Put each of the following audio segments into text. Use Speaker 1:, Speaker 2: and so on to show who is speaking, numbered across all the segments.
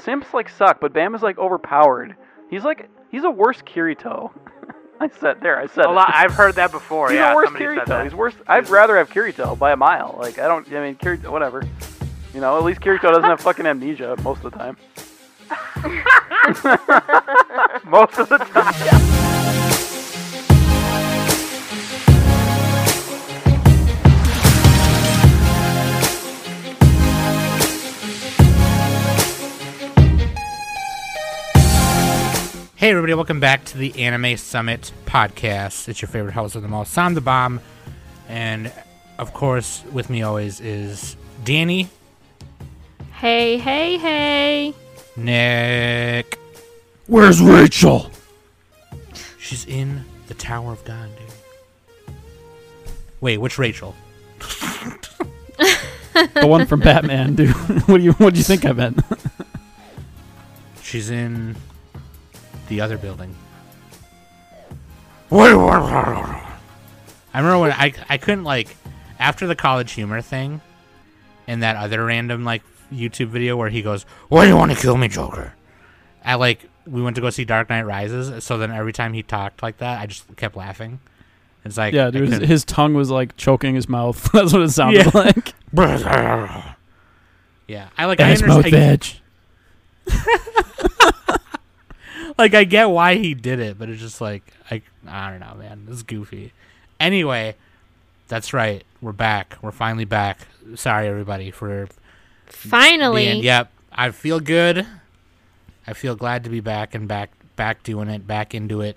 Speaker 1: Simps like suck, but Bama's like overpowered. He's like he's a worse Kirito. I said there. I said
Speaker 2: A
Speaker 1: it.
Speaker 2: lot. I've heard that before.
Speaker 1: He's
Speaker 2: yeah,
Speaker 1: a worse
Speaker 2: somebody said
Speaker 1: Kirito.
Speaker 2: that.
Speaker 1: He's worse. I'd rather have Kirito by a mile. Like I don't. I mean, Kirito. Whatever. You know, at least Kirito doesn't have fucking amnesia most of the time.
Speaker 2: Most of the time.
Speaker 3: Hey, everybody, welcome back to the Anime Summit podcast. It's your favorite host of them all, Sam the Bomb. And of course, with me always is Danny,
Speaker 4: Hey, hey, hey.
Speaker 3: Nick.
Speaker 5: Where's Rachel?
Speaker 3: She's in the Tower of God, dude. Wait, which Rachel?
Speaker 5: The one from Batman, dude. what do you what do you think I meant?
Speaker 3: She's in the other building. I remember when I I couldn't like after the college humor thing and that other random like YouTube video where he goes, "Why do you want to kill me, Joker?" I like we went to go see Dark Knight Rises, so then every time he talked like that, I just kept laughing. It's like
Speaker 5: yeah, dude.
Speaker 3: I
Speaker 5: His,
Speaker 3: couldn't-
Speaker 5: his tongue was like choking his mouth. That's what it sounded
Speaker 3: Yeah.
Speaker 5: like.
Speaker 3: yeah, I like I,
Speaker 5: That's my
Speaker 3: under- I
Speaker 5: veg.
Speaker 3: like I get why he did it, but it's just like I I don't know, man. It's goofy. Anyway, that's right. We're back. We're finally back. Sorry everybody for
Speaker 4: Finally.
Speaker 3: being yep. I feel good. I feel glad to be back and back back doing it, back into it.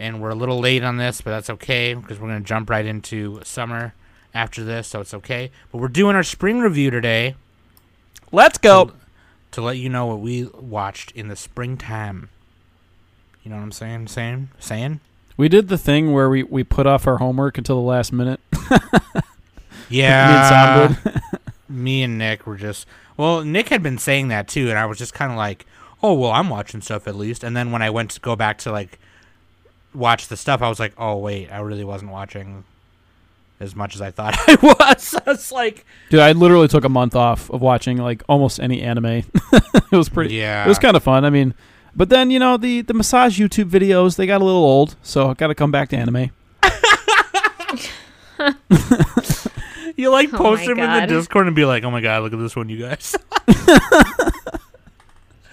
Speaker 3: And we're a little late on this, but that's okay because we're going to jump right into summer after this, so it's okay. But we're doing our spring review today
Speaker 5: Let's go.
Speaker 3: to let you know what we watched in the springtime. You know what I'm saying? Saying? Saying?
Speaker 5: We did the thing where we, we put off our homework until the last minute.
Speaker 3: Yeah.
Speaker 5: Me and Sam
Speaker 3: me and Nick were just well, Nick had been saying that too, and I was just kind of like, oh well, I'm watching stuff at least. And then when I went to go back to like watch the stuff, I was like, oh wait, I really wasn't watching as much as I thought I was. I was like,
Speaker 5: Dude, I literally took a month off of watching like almost any anime. it was pretty.
Speaker 3: yeah,
Speaker 5: It was kind of fun. I mean, but then you know the the massage YouTube videos they got a little old, so I got to come back to anime.
Speaker 3: you like
Speaker 4: Oh
Speaker 3: post
Speaker 4: my
Speaker 3: him in the
Speaker 4: God.
Speaker 3: Discord and be like, oh my god, look at this one, you guys.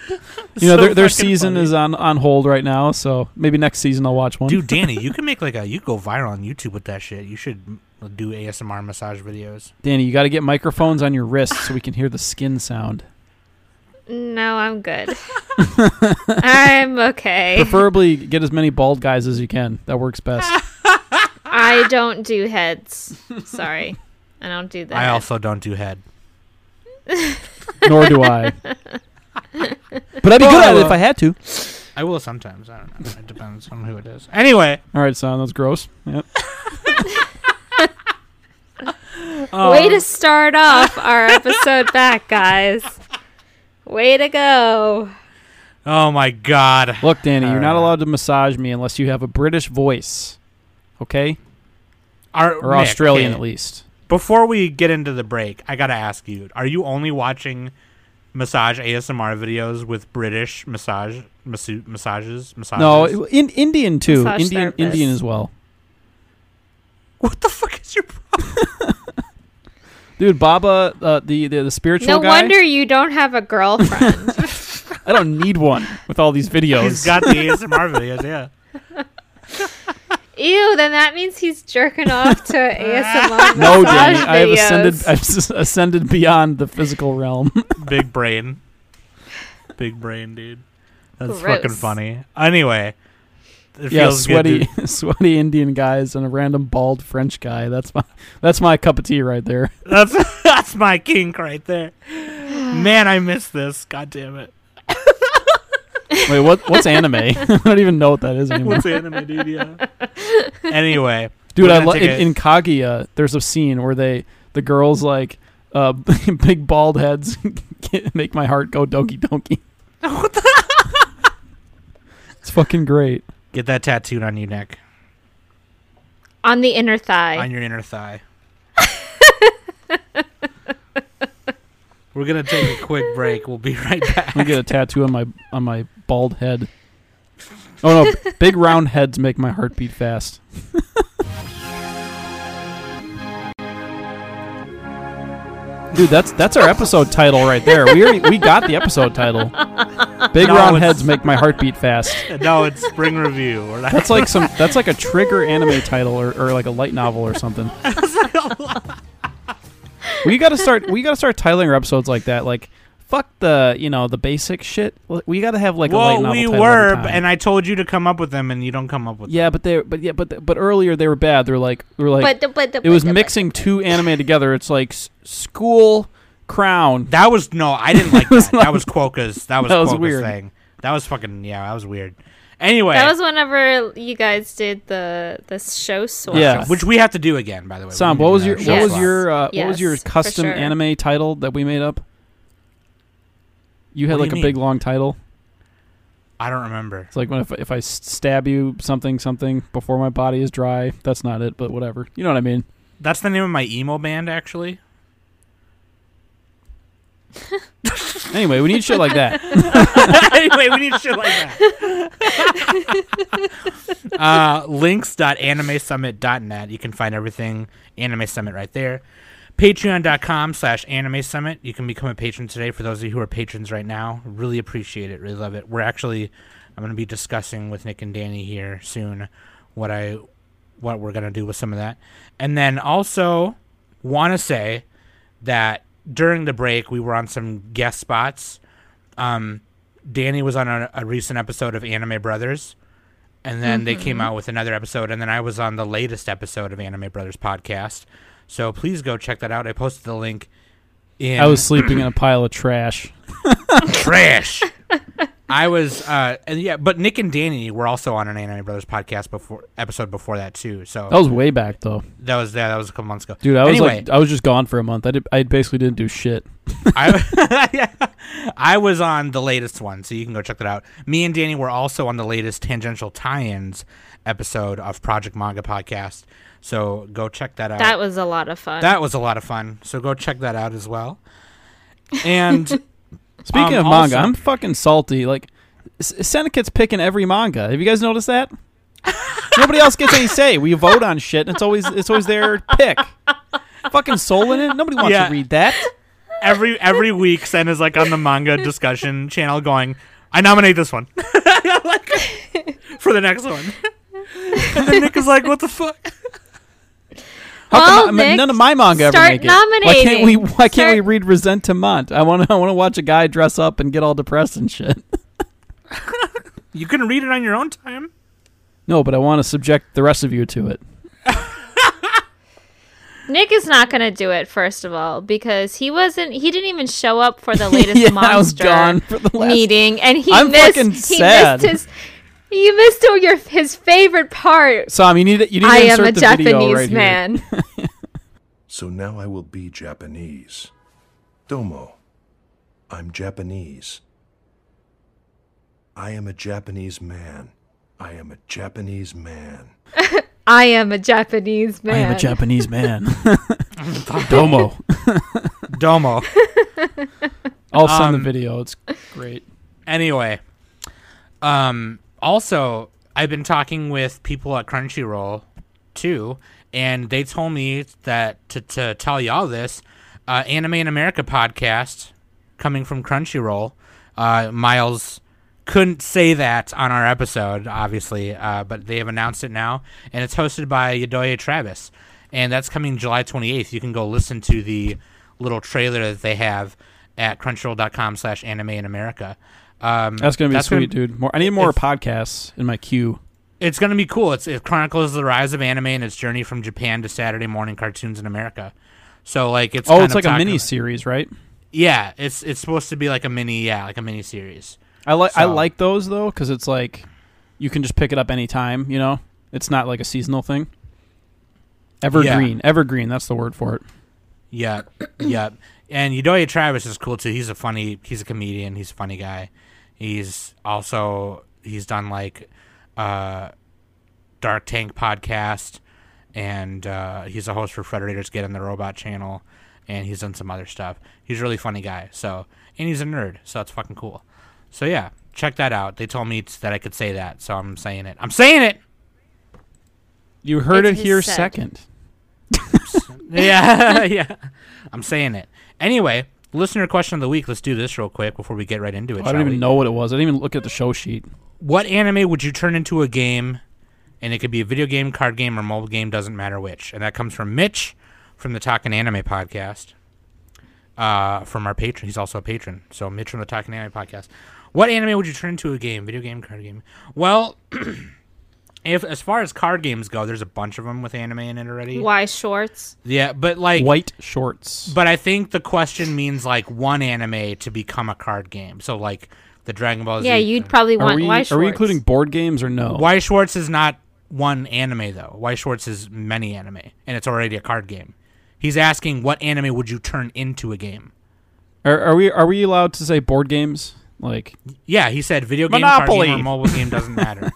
Speaker 5: You know
Speaker 3: So
Speaker 5: their their
Speaker 3: fucking
Speaker 5: season
Speaker 3: funny.
Speaker 5: is on on hold right now, so maybe next season I'll watch one.
Speaker 3: Dude, Danny, you can make like a you go viral on YouTube with that shit. You should m- do ASMR massage videos.
Speaker 5: Danny, you got to get microphones on your wrists so we can hear the skin sound.
Speaker 4: No, I'm good. I'm okay.
Speaker 5: Preferably get as many bald guys as you can. That works best.
Speaker 4: I don't do heads. Sorry. I don't do that.
Speaker 3: I also don't do head.
Speaker 5: Nor do I. But I'd be good at it if I had to.
Speaker 3: I will sometimes. I don't know. It depends on who it is. Anyway,
Speaker 5: All right, son, that's gross. Yep. Um,
Speaker 4: Way to start off our episode back, guys. Way to go.
Speaker 3: oh my god.
Speaker 5: Look, Danny, you're not
Speaker 3: Alright.
Speaker 5: allowed to massage me unless you have a British voice, okay?
Speaker 3: Our,
Speaker 5: Or
Speaker 3: Nick,
Speaker 5: Australian
Speaker 3: okay,
Speaker 5: at least.
Speaker 3: Before we get into the break, I gotta ask you: Are you only watching massage ASMR videos with British massage massu- massages? Massages?
Speaker 5: No, in, Indian too.
Speaker 4: Massage
Speaker 5: Indian,
Speaker 4: therapist.
Speaker 5: Indian as well.
Speaker 3: what the fuck is your problem?
Speaker 5: Dude, Baba, uh, the, the the spiritual
Speaker 4: No
Speaker 5: guy.
Speaker 4: wonder you don't have a girlfriend.
Speaker 5: I don't need one with all these
Speaker 3: He's
Speaker 5: videos.
Speaker 3: got the ASMR videos. Yeah.
Speaker 4: Ew, then that means he's jerking off to ASMR.
Speaker 5: no,
Speaker 4: massage
Speaker 5: Danny, I have
Speaker 4: videos.
Speaker 5: ascended. I've s- ascended beyond the physical realm.
Speaker 3: Big brain. Big brain, dude. That's fucking
Speaker 4: Gross.
Speaker 3: funny. Anyway, it
Speaker 5: yeah,
Speaker 3: feels good to-
Speaker 5: sweaty, sweaty Indian guys and a random bald French guy. That's my that's my cup of tea right there.
Speaker 3: That's that's my kink right there. Man, I miss this. God damn it.
Speaker 5: Wait, what what's anime? I don't even know what that is anymore.
Speaker 3: What's anime, dude? Yeah. Anyway,
Speaker 5: Dude,
Speaker 3: we're
Speaker 5: I
Speaker 3: gonna
Speaker 5: lo-
Speaker 3: take
Speaker 5: in,
Speaker 3: a-
Speaker 5: in Kaguya, there's a scene where they the girls like uh, big bald heads get- make my heart go donkey donkey. It's fucking great.
Speaker 3: get that tattooed on your neck,
Speaker 4: On the inner thigh.
Speaker 3: on your inner thigh. We're gonna take a quick break. We'll be right back.
Speaker 5: I'm gonna get a tattoo on my on my bald head. Oh no, big round heads make my heart beat fast. Dude, that's that's our episode title right there. We already we got the episode title. Big
Speaker 3: No,
Speaker 5: round
Speaker 3: it's-
Speaker 5: heads make my heart beat fast.
Speaker 3: no, it's spring review. We're not.
Speaker 5: That's like some that's like a trigger anime title or, or like a light novel or something. we gotta start we gotta start titling our episodes like that. Like fuck the you know, the basic shit. We gotta have like a light
Speaker 3: well,
Speaker 5: novel
Speaker 3: we
Speaker 5: title
Speaker 3: were,
Speaker 5: every time.
Speaker 3: and I told you to come up with them, and you don't come up with.
Speaker 5: Yeah, but they but yeah, but but earlier they were bad. They were like they were like
Speaker 4: but the, but the,
Speaker 5: it was
Speaker 4: but the-
Speaker 5: mixing two anime together. It's like s- school crown.
Speaker 3: Them. That was no, I didn't like that. that was Quokka's. That was
Speaker 5: That was
Speaker 3: Quokka's
Speaker 5: weird.
Speaker 3: thing. That was fucking yeah. That was weird. Anyway,
Speaker 4: That was whenever you guys did the the show source.
Speaker 5: Yeah.
Speaker 3: which we have to do again, by the way. We
Speaker 5: Sam,
Speaker 3: need to
Speaker 5: what
Speaker 3: do
Speaker 5: was
Speaker 3: that
Speaker 5: your
Speaker 3: show
Speaker 5: what was
Speaker 4: Yes.
Speaker 3: swap.
Speaker 5: your uh, what was your
Speaker 4: Yes, for
Speaker 5: custom
Speaker 4: sure.
Speaker 5: anime title that we made up? You had
Speaker 3: What do
Speaker 5: like
Speaker 3: you
Speaker 5: a big
Speaker 3: mean?
Speaker 5: long title.
Speaker 3: I don't remember.
Speaker 5: It's like when if, if I s- stab you something something before my body is dry. That's not it, but whatever. You know what I mean?
Speaker 3: That's the name of my emo band, actually.
Speaker 5: Anyway, we need shit like that.
Speaker 3: anyway, we need shit like that. uh, links.animesummit.net. You can find everything Anime Summit right there. Patreon.com slash Anime Summit. You can become a patron today for those of you who are patrons right now. Really appreciate it. Really love it. We're actually, I'm going to be discussing with Nick and Danny here soon what I what we're going to do with some of that. And then also want to say that during the break we were on some guest spots. Um, Danny was on a, a recent episode of Anime Brothers, and then they came out with another episode, and then I was on the latest episode of Anime Brothers podcast. So please go check that out. I posted the link in
Speaker 5: I was sleeping in a pile of trash.
Speaker 3: trash. I was, uh, and yeah, but Nick and Danny were also on an Anime Brothers podcast before episode before that too. So
Speaker 5: That was way back though,
Speaker 3: that was yeah, that was a couple months ago,
Speaker 5: dude. I was
Speaker 3: anyway,
Speaker 5: like I was just gone for a month. I did I basically didn't do shit.
Speaker 3: I, yeah, I was on the latest one, so you can go check that out. Me and Danny were also on the latest tangential tie-ins episode of Project Manga Podcast, so go check that out.
Speaker 4: That was a lot of fun.
Speaker 3: That was a lot of fun, so go check that out as well. And
Speaker 5: Speaking of
Speaker 3: Um,
Speaker 5: manga,
Speaker 3: also-
Speaker 5: I'm fucking salty. Like, S- Seneca's picking every manga. Have you guys noticed that? Nobody else gets any say. We vote on shit, and it's always it's always their pick. fucking soul in it. Nobody wants
Speaker 3: Yeah.
Speaker 5: to read that.
Speaker 3: every every week, Sen is like on the manga discussion channel, going, "I nominate this one Like, for the next one." and then Nick is like, "What the fuck?"
Speaker 5: How
Speaker 4: Well,
Speaker 5: come I- I mean,
Speaker 4: Nick,
Speaker 5: none of my manga ever
Speaker 4: start
Speaker 5: make it? Why can't
Speaker 4: nominating.
Speaker 5: we? Why can't we
Speaker 4: Start-
Speaker 5: read Resentment? I want to. I want to watch a guy dress up and get all depressed and shit.
Speaker 3: You can read it on your own time.
Speaker 5: No, but I want to subject the rest of you to it.
Speaker 4: Nick is not gonna do it first of all because he wasn't. He didn't even show up for the latest
Speaker 5: yeah,
Speaker 4: monster
Speaker 5: I was gone for the last.
Speaker 4: meeting, and he
Speaker 5: I'm
Speaker 4: missed.
Speaker 5: fucking
Speaker 4: he
Speaker 5: sad.
Speaker 4: missed his. You missed all your his favorite part.
Speaker 5: Sam, you need to, you need to
Speaker 4: I am
Speaker 5: insert
Speaker 4: a
Speaker 5: the video
Speaker 4: Japanese
Speaker 5: right here.
Speaker 4: man.
Speaker 6: So now I will be Japanese. Domo. I'm Japanese. I am a Japanese man. I am a Japanese man.
Speaker 4: I am a Japanese man.
Speaker 5: I am a Japanese man. Domo.
Speaker 3: Domo.
Speaker 5: I'll send
Speaker 3: Um,
Speaker 5: the video. It's great.
Speaker 3: Anyway, um, also, I've been talking with people at Crunchyroll too, and they told me that to, to tell y'all this uh, Anime in America podcast coming from Crunchyroll. Uh, Miles couldn't say that on our episode, obviously, uh, but they have announced it now, and it's hosted by Yadoya Travis, and that's coming July 28th. You can go listen to the little trailer that they have at crunchyroll.com slash anime in America. Um,
Speaker 5: That's gonna be sweet,
Speaker 3: gonna-
Speaker 5: dude. More, I need more
Speaker 3: it's-
Speaker 5: podcasts in my queue.
Speaker 3: It's going to be cool. It's, it chronicles the rise of anime and its journey from Japan to Saturday morning cartoons in America. So like it's
Speaker 5: Oh,
Speaker 3: kind
Speaker 5: it's
Speaker 3: of
Speaker 5: like a
Speaker 3: talking-
Speaker 5: mini series, right?
Speaker 3: Yeah, it's it's supposed to be like a mini, yeah, like a mini series.
Speaker 5: I like I
Speaker 3: So-
Speaker 5: like those though because it's like you can just pick it up anytime. You know, it's not like a seasonal thing. Evergreen, evergreen. That's the word for it.
Speaker 3: Yeah, yeah. And Yudoya Travis is cool too. He's a funny. He's a comedian. He's a funny guy. He's also he's done like uh, Dark Tank podcast, and uh, he's a host for Frederator's Get in the Robot channel, and he's done some other stuff. He's a really funny guy. So, and he's a nerd, so that's fucking cool. So yeah, check that out. They told me t- that I could say that, so I'm saying it. I'm saying it.
Speaker 5: You heard
Speaker 4: It's
Speaker 5: it
Speaker 4: his
Speaker 5: here
Speaker 4: set.
Speaker 5: second.
Speaker 3: yeah, yeah. I'm saying it. Anyway, listener question of the week. Let's do this real quick before we get right into it.
Speaker 5: I
Speaker 3: shall
Speaker 5: don't
Speaker 3: we?
Speaker 5: even know what it was. I didn't even look at the show sheet.
Speaker 3: What anime would you turn into a game? And it could be a video game, card game, or mobile game. Doesn't matter which. And that comes from Mitch from the Talking Anime podcast. Uh, from our patron, he's also a patron. So Mitch from the Talking Anime podcast. What anime would you turn into a game? Video game, card game? Well, if as far as card games go, there's a bunch of them with anime in it already.
Speaker 4: Why shorts?
Speaker 3: Yeah, but like
Speaker 5: White shorts.
Speaker 3: but I think the question means like one anime to become a card game. So like the Dragon Ball Z.
Speaker 4: Yeah, you'd probably
Speaker 5: Are
Speaker 4: want
Speaker 5: we,
Speaker 4: why
Speaker 5: are
Speaker 4: shorts.
Speaker 5: we including board games or no?
Speaker 3: Why Schwartz is not one anime though. Why Schwartz is many anime, and it's already a card game. He's asking what anime would you turn into a game?
Speaker 5: Are, are we are we allowed to say board games? Like
Speaker 3: Yeah, he said video game, card game,
Speaker 5: Monopoly.
Speaker 3: or mobile game doesn't matter.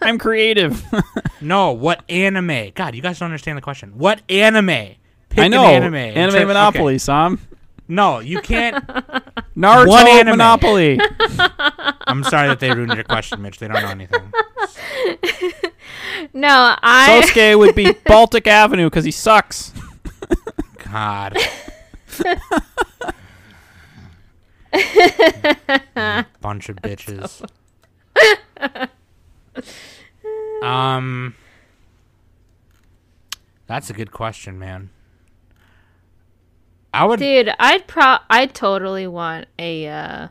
Speaker 5: I'm creative.
Speaker 3: no, what anime? God, you guys don't understand the question. What anime? Pick
Speaker 5: I know
Speaker 3: an anime. and turn- okay.
Speaker 5: Monopoly, Sam.
Speaker 3: No, you can't.
Speaker 5: Naruto
Speaker 3: One anime.
Speaker 5: Monopoly.
Speaker 3: I'm sorry that they ruined your question, Mitch. They don't know anything.
Speaker 4: No, I
Speaker 5: Sosuke would be Baltic Avenue because he sucks.
Speaker 3: God. Bunch of bitches. um, that's a good question, man. I would.
Speaker 4: dude, I'd pro I totally want a uh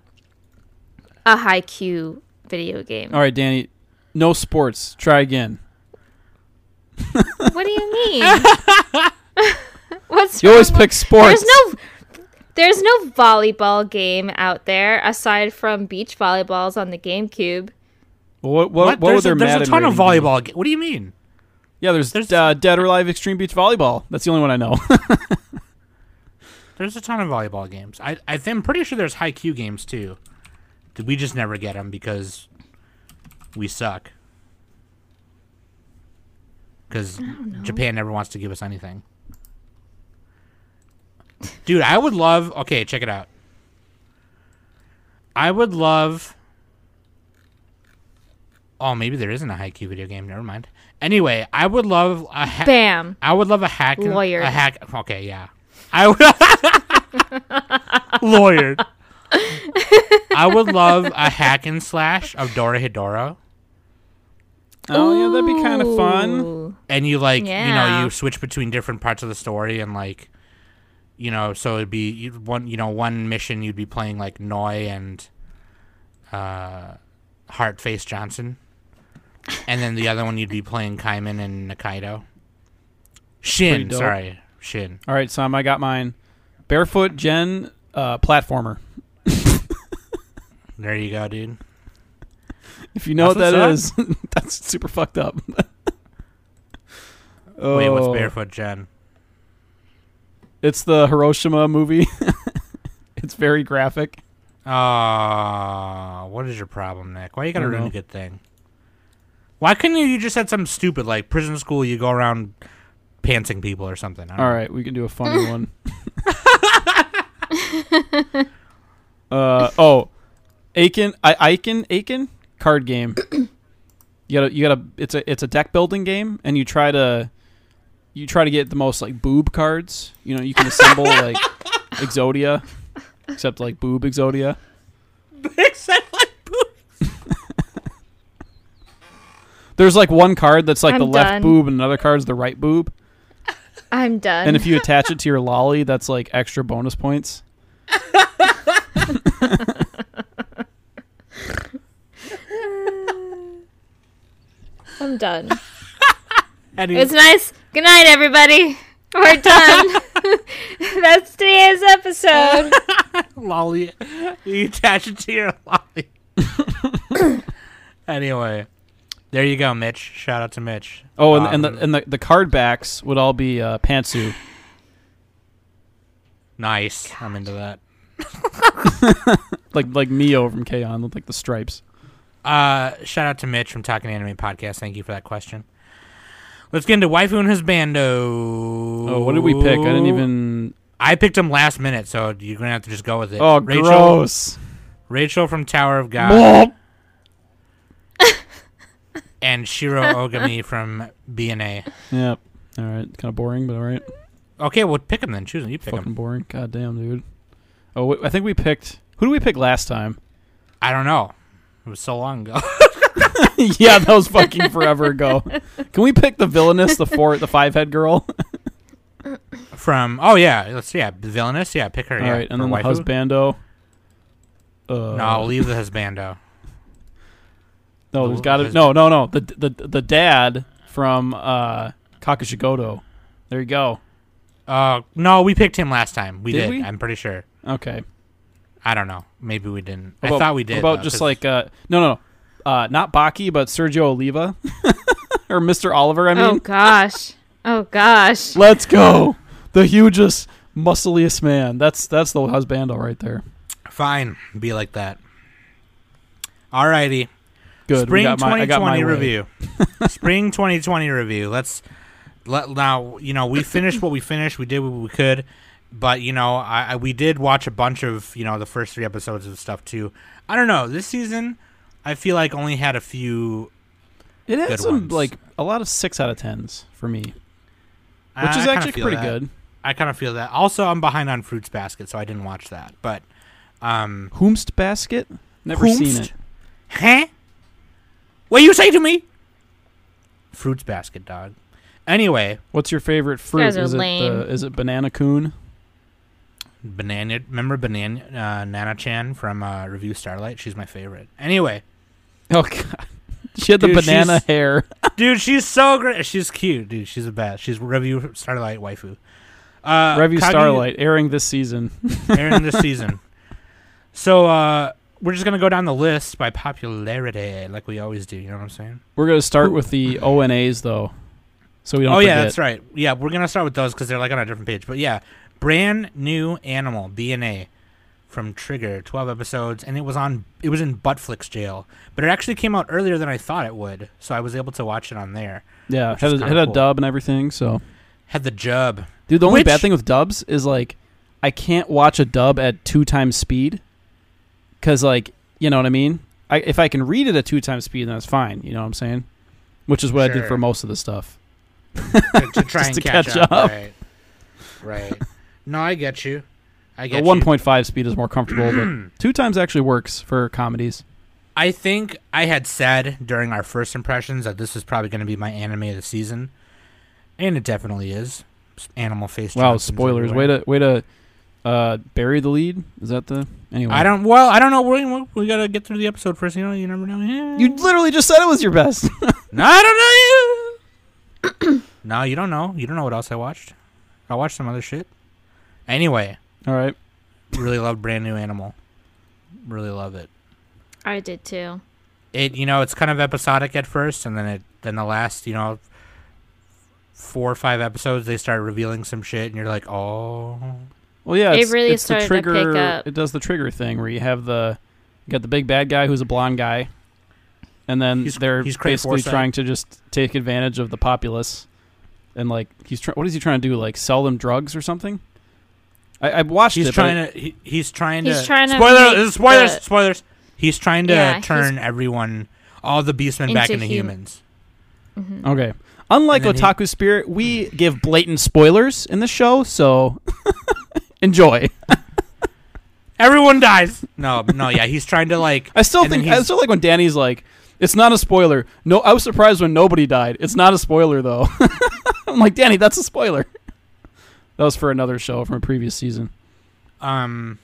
Speaker 4: a high Q video game.
Speaker 5: All right, Danny. No sports. Try again.
Speaker 4: What do you mean? What's
Speaker 5: You always
Speaker 4: wrong
Speaker 5: pick sports.
Speaker 4: with- There's no There's no volleyball game out there aside from beach volleyballs on the GameCube.
Speaker 5: Well, What what, what, would
Speaker 3: there's
Speaker 5: their
Speaker 3: a, there's a
Speaker 5: Madden
Speaker 3: ton of
Speaker 5: rating be?
Speaker 3: volleyball. Ga- what do you mean?
Speaker 5: Yeah, there's,
Speaker 3: There's-
Speaker 5: uh, Dead or Alive Extreme Beach Volleyball. That's the only one I know.
Speaker 3: There's a ton of volleyball games. I, I th- I'm pretty sure there's high Q games too. Th- We just never get them because we suck. Because Japan never wants to give us anything. Dude, I would love. Okay, check it out. I would love. Oh, maybe there isn't a high Q video game. Never mind. Anyway, I would love a ha-
Speaker 4: Bam.
Speaker 3: I would love a hack.
Speaker 4: Lawyered.
Speaker 3: A hack. Okay, yeah. I would. Lawyered. I would love a hack and slash of Dora Hidoro,
Speaker 5: oh yeah, that'd be kind of fun.
Speaker 4: Ooh.
Speaker 3: and you like you know
Speaker 4: Yeah.
Speaker 3: you switch between different parts of the story and like, you know, so it'd be you'd one you know one mission you'd be playing like Noi and, uh, Heartface Johnson, and then the other one you'd be playing Kaiman and Nikaido. Shin,
Speaker 5: Pretty dope.
Speaker 3: sorry, Shin.
Speaker 5: All right, Sam, I got mine. Barefoot Gen uh, platformer.
Speaker 3: There you go, dude.
Speaker 5: If you know
Speaker 3: That's
Speaker 5: what that
Speaker 3: what's
Speaker 5: is, that's super fucked up.
Speaker 3: Wait, what's
Speaker 5: Oh,
Speaker 3: Barefoot Jen?
Speaker 5: It's the Hiroshima movie. it's very graphic.
Speaker 3: Ah, what is your problem, Nick? Why you gotta
Speaker 5: I don't
Speaker 3: ruin a
Speaker 5: know.
Speaker 3: good thing? Why couldn't you? You just said something stupid like prison school. You go around pantsing people or something. I don't
Speaker 5: All
Speaker 3: know.
Speaker 5: right, we can do a funny one. uh oh, Aiken, I Aiken, Aiken card game. You gotta, you gotta. It's a, it's a deck building game, and you try to, you try to get the most like boob cards. You know, you can assemble like Exodia, except like boob Exodia. There's like one card that's like
Speaker 4: I'm
Speaker 5: the left
Speaker 4: done.
Speaker 5: boob, and another card's the right boob.
Speaker 4: I'm done.
Speaker 5: And if you attach it to your lolly, that's like extra bonus points.
Speaker 4: I'm done.
Speaker 3: Any-
Speaker 4: It was nice. Good night, everybody. We're done. That's today's episode.
Speaker 3: lolly. You attach it to your lolly. anyway, there you go, Mitch. Shout out to Mitch.
Speaker 5: Oh, and, and the
Speaker 3: Um,
Speaker 5: and the, the card backs would all be uh, pantsu.
Speaker 3: nice. I'm into that.
Speaker 5: like like Mio from K on with like the stripes.
Speaker 3: Uh, shout out to Mitch from Talking Anime Podcast. Thank you for that question. Let's get into waifu and his bando.
Speaker 5: Oh, what did we pick? I didn't even.
Speaker 3: I picked him last minute, so you're gonna have to just go with it.
Speaker 5: Oh,
Speaker 3: Rachel, Ah.
Speaker 5: gross.
Speaker 3: Rachel from Tower of God,
Speaker 5: Mwah.
Speaker 3: and Shiro Ogami from BNA.
Speaker 5: Yep. All right. Kind of boring, but all right.
Speaker 3: Okay, well, pick him then. Choose him. You pick
Speaker 5: Fucking
Speaker 3: him.
Speaker 5: boring. God damn, dude. Oh, wait, I think we picked. Who did we pick last time?
Speaker 3: I don't know. It was so long ago.
Speaker 5: yeah, that was fucking forever ago. Can we pick the villainous, the four, the five head girl?
Speaker 3: from oh yeah, let's yeah, the villainous. Yeah, pick her.
Speaker 5: All
Speaker 3: yeah,
Speaker 5: right, and
Speaker 3: for
Speaker 5: then the
Speaker 3: waifu.
Speaker 5: husbando. Uh,
Speaker 3: No, leave the husbando.
Speaker 5: no, there's got to
Speaker 3: hus-
Speaker 5: no, no, no. The the the dad from uh, Kakushigoto. There you go.
Speaker 3: Uh, no, we picked him last time. We
Speaker 5: Did
Speaker 3: did.
Speaker 5: we?
Speaker 3: I'm pretty sure.
Speaker 5: Okay.
Speaker 3: I don't know. Maybe we didn't.
Speaker 5: What about-
Speaker 3: I thought we
Speaker 5: what
Speaker 3: did.
Speaker 5: about
Speaker 3: though,
Speaker 5: just
Speaker 3: 'cause-
Speaker 5: like uh, no, no, no, uh, not Baki, but Sergio Oliva or Mr. Oliver. I mean,
Speaker 4: oh gosh. Oh gosh.
Speaker 5: let's go. The hugest, muscliest man. That's that's the husbando right there.
Speaker 3: fine, be like that. Alrighty,
Speaker 5: Good. we
Speaker 3: spring
Speaker 5: got my- I got my
Speaker 3: 2020
Speaker 5: way.
Speaker 3: review. spring 2020 review. Let's let now. You know, we finished what we finished. We did what we could, but you know, I, I we did watch a bunch of you know the first three episodes of stuff too. I don't know. This season, I feel like only had a few.
Speaker 5: It had
Speaker 3: Good
Speaker 5: some
Speaker 3: ones.
Speaker 5: like a lot of six out of tens for me, which
Speaker 3: I- I
Speaker 5: is
Speaker 3: kinda
Speaker 5: actually
Speaker 3: feel
Speaker 5: pretty
Speaker 3: that.
Speaker 5: good.
Speaker 3: I kind of feel that. Also, I'm behind on Fruits Basket, so I didn't watch that. But, um,
Speaker 5: Hoomst basket. Never seen
Speaker 3: Hoomst?
Speaker 5: it.
Speaker 3: huh? What you say to me? Fruits Basket, dog. Anyway,
Speaker 5: What's your favorite fruit?
Speaker 4: guys are
Speaker 5: is it
Speaker 4: lame.
Speaker 5: the is it banana coon?
Speaker 3: banana. Remember banana uh, Nana Chan from uh, Review Starlight? She's my favorite. Anyway,
Speaker 5: Oh god. She had the
Speaker 3: Dude,
Speaker 5: banana
Speaker 3: she's-
Speaker 5: hair.
Speaker 3: dude, she's so great. She's cute, dude. She's the best. She's Review Starlight waifu. Uh,
Speaker 5: Review
Speaker 3: Kagi-
Speaker 5: Starlight airing this season.
Speaker 3: airing this season. So uh, we're just gonna go down the list by popularity, like we always do. You know what I'm saying?
Speaker 5: We're gonna start with the O and A's though, so we don't.
Speaker 3: oh
Speaker 5: forget.
Speaker 3: yeah, that's right. Yeah, we're gonna start with those because they're like on a different page. But yeah, brand new animal DNA from Trigger, twelve episodes, and it was on. It was in Buttflix jail, but it actually came out earlier than I thought it would, so I was able to watch it on there.
Speaker 5: Yeah,
Speaker 3: Which
Speaker 5: had,
Speaker 3: is
Speaker 5: a,
Speaker 3: kinda
Speaker 5: had a
Speaker 3: cool.
Speaker 5: dub and everything. So,
Speaker 3: Had the jub.
Speaker 5: dude, the only bad
Speaker 3: Which-
Speaker 5: thing with dubs is like, I can't watch a dub at two times speed, because like, you know what I mean. I if I can read it at two times speed, then that's fine. You know what I'm saying? Which is what I did
Speaker 3: Sure.
Speaker 5: for most of the stuff.
Speaker 3: to, to try
Speaker 5: Just
Speaker 3: and
Speaker 5: to
Speaker 3: catch,
Speaker 5: catch
Speaker 3: up.
Speaker 5: up.
Speaker 3: Right. Right. no, I get you. I
Speaker 5: The
Speaker 3: get you.
Speaker 5: 1.5 speed is more comfortable, but two times actually works for comedies.
Speaker 3: I think I had said during our first impressions that this is probably going to be my anime of the season, and it definitely is. S- Animal face.
Speaker 5: Wow,
Speaker 3: Johnson's
Speaker 5: spoilers! Way
Speaker 3: everywhere.
Speaker 5: to way to uh, bury the lead. Is that the anyway?
Speaker 3: I don't. Well, I don't know. We we gotta get through the episode first. You know, you never know. Yeah.
Speaker 5: You literally just said it was your best.
Speaker 3: No, I don't know. no, you don't know. You don't know what else I watched. I watched some other shit. Anyway,
Speaker 5: All right.
Speaker 3: really love brand new animal. Really love it.
Speaker 4: I did too.
Speaker 3: it you know it's kind of episodic at first and then it then the last you know four or five episodes they start revealing some shit and you're like oh
Speaker 5: Well, yeah,
Speaker 4: It
Speaker 5: it's,
Speaker 4: really
Speaker 5: it's the
Speaker 4: started to pick
Speaker 5: trigger.
Speaker 4: up.
Speaker 5: It does the trigger thing where you have the you got the big bad guy who's a blonde guy, and then
Speaker 3: He's-
Speaker 5: they're
Speaker 3: he's Craig
Speaker 5: basically
Speaker 3: Forsythe.
Speaker 5: trying to just take advantage of the populace, and like he's trying. What is he trying to do? Like sell them drugs or something? I, I watched
Speaker 3: he's
Speaker 5: it. but
Speaker 3: trying to he, he's trying
Speaker 4: He's
Speaker 3: to
Speaker 4: trying to
Speaker 3: spoiler
Speaker 4: make
Speaker 3: spoilers
Speaker 4: the-
Speaker 3: spoilers he's trying to
Speaker 4: Yeah, he's-
Speaker 3: turn everyone all the beastmen back
Speaker 4: Into
Speaker 3: into
Speaker 4: hum-
Speaker 3: humans
Speaker 5: it-
Speaker 3: Oh.
Speaker 5: okay. Unlike
Speaker 3: And then he-
Speaker 5: Otaku Spirit, we give blatant spoilers in the show, so enjoy.
Speaker 3: everyone dies no no yeah he's trying to like
Speaker 5: I still
Speaker 3: and then
Speaker 5: think I
Speaker 3: he's-
Speaker 5: still like when Danny's like, "It's not a spoiler." No, I was surprised when nobody died. It's not a spoiler though. I'm like, Danny, that's a spoiler. That was for another show from a previous season.
Speaker 3: um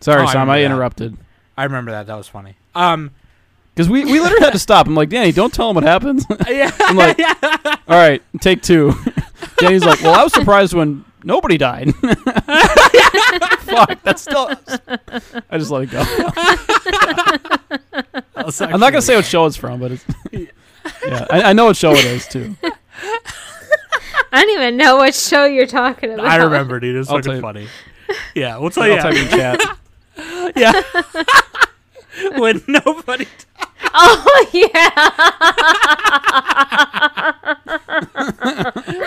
Speaker 5: Sorry,
Speaker 3: Oh, I
Speaker 5: Sam, I,
Speaker 3: remember that.
Speaker 5: interrupted
Speaker 3: i remember that that was funny um
Speaker 5: because we we literally had to stop. I'm like, Danny, don't tell him what happens.
Speaker 3: yeah
Speaker 5: I'm like, all right, take two. Danny's like, well, I was surprised when nobody died. Fuck, that's still. I just let it go. I'm not gonna say what show it's from, but it's. yeah, I, I know what show it is too.
Speaker 3: Oh,
Speaker 4: I don't even know what show you're talking about.
Speaker 3: i remember dude it's
Speaker 5: I'll tell
Speaker 3: fucking
Speaker 5: you.
Speaker 3: funny yeah we'll tell
Speaker 5: I'll
Speaker 3: you
Speaker 5: type in chat.
Speaker 3: Yeah. when nobody.
Speaker 4: Oh yeah.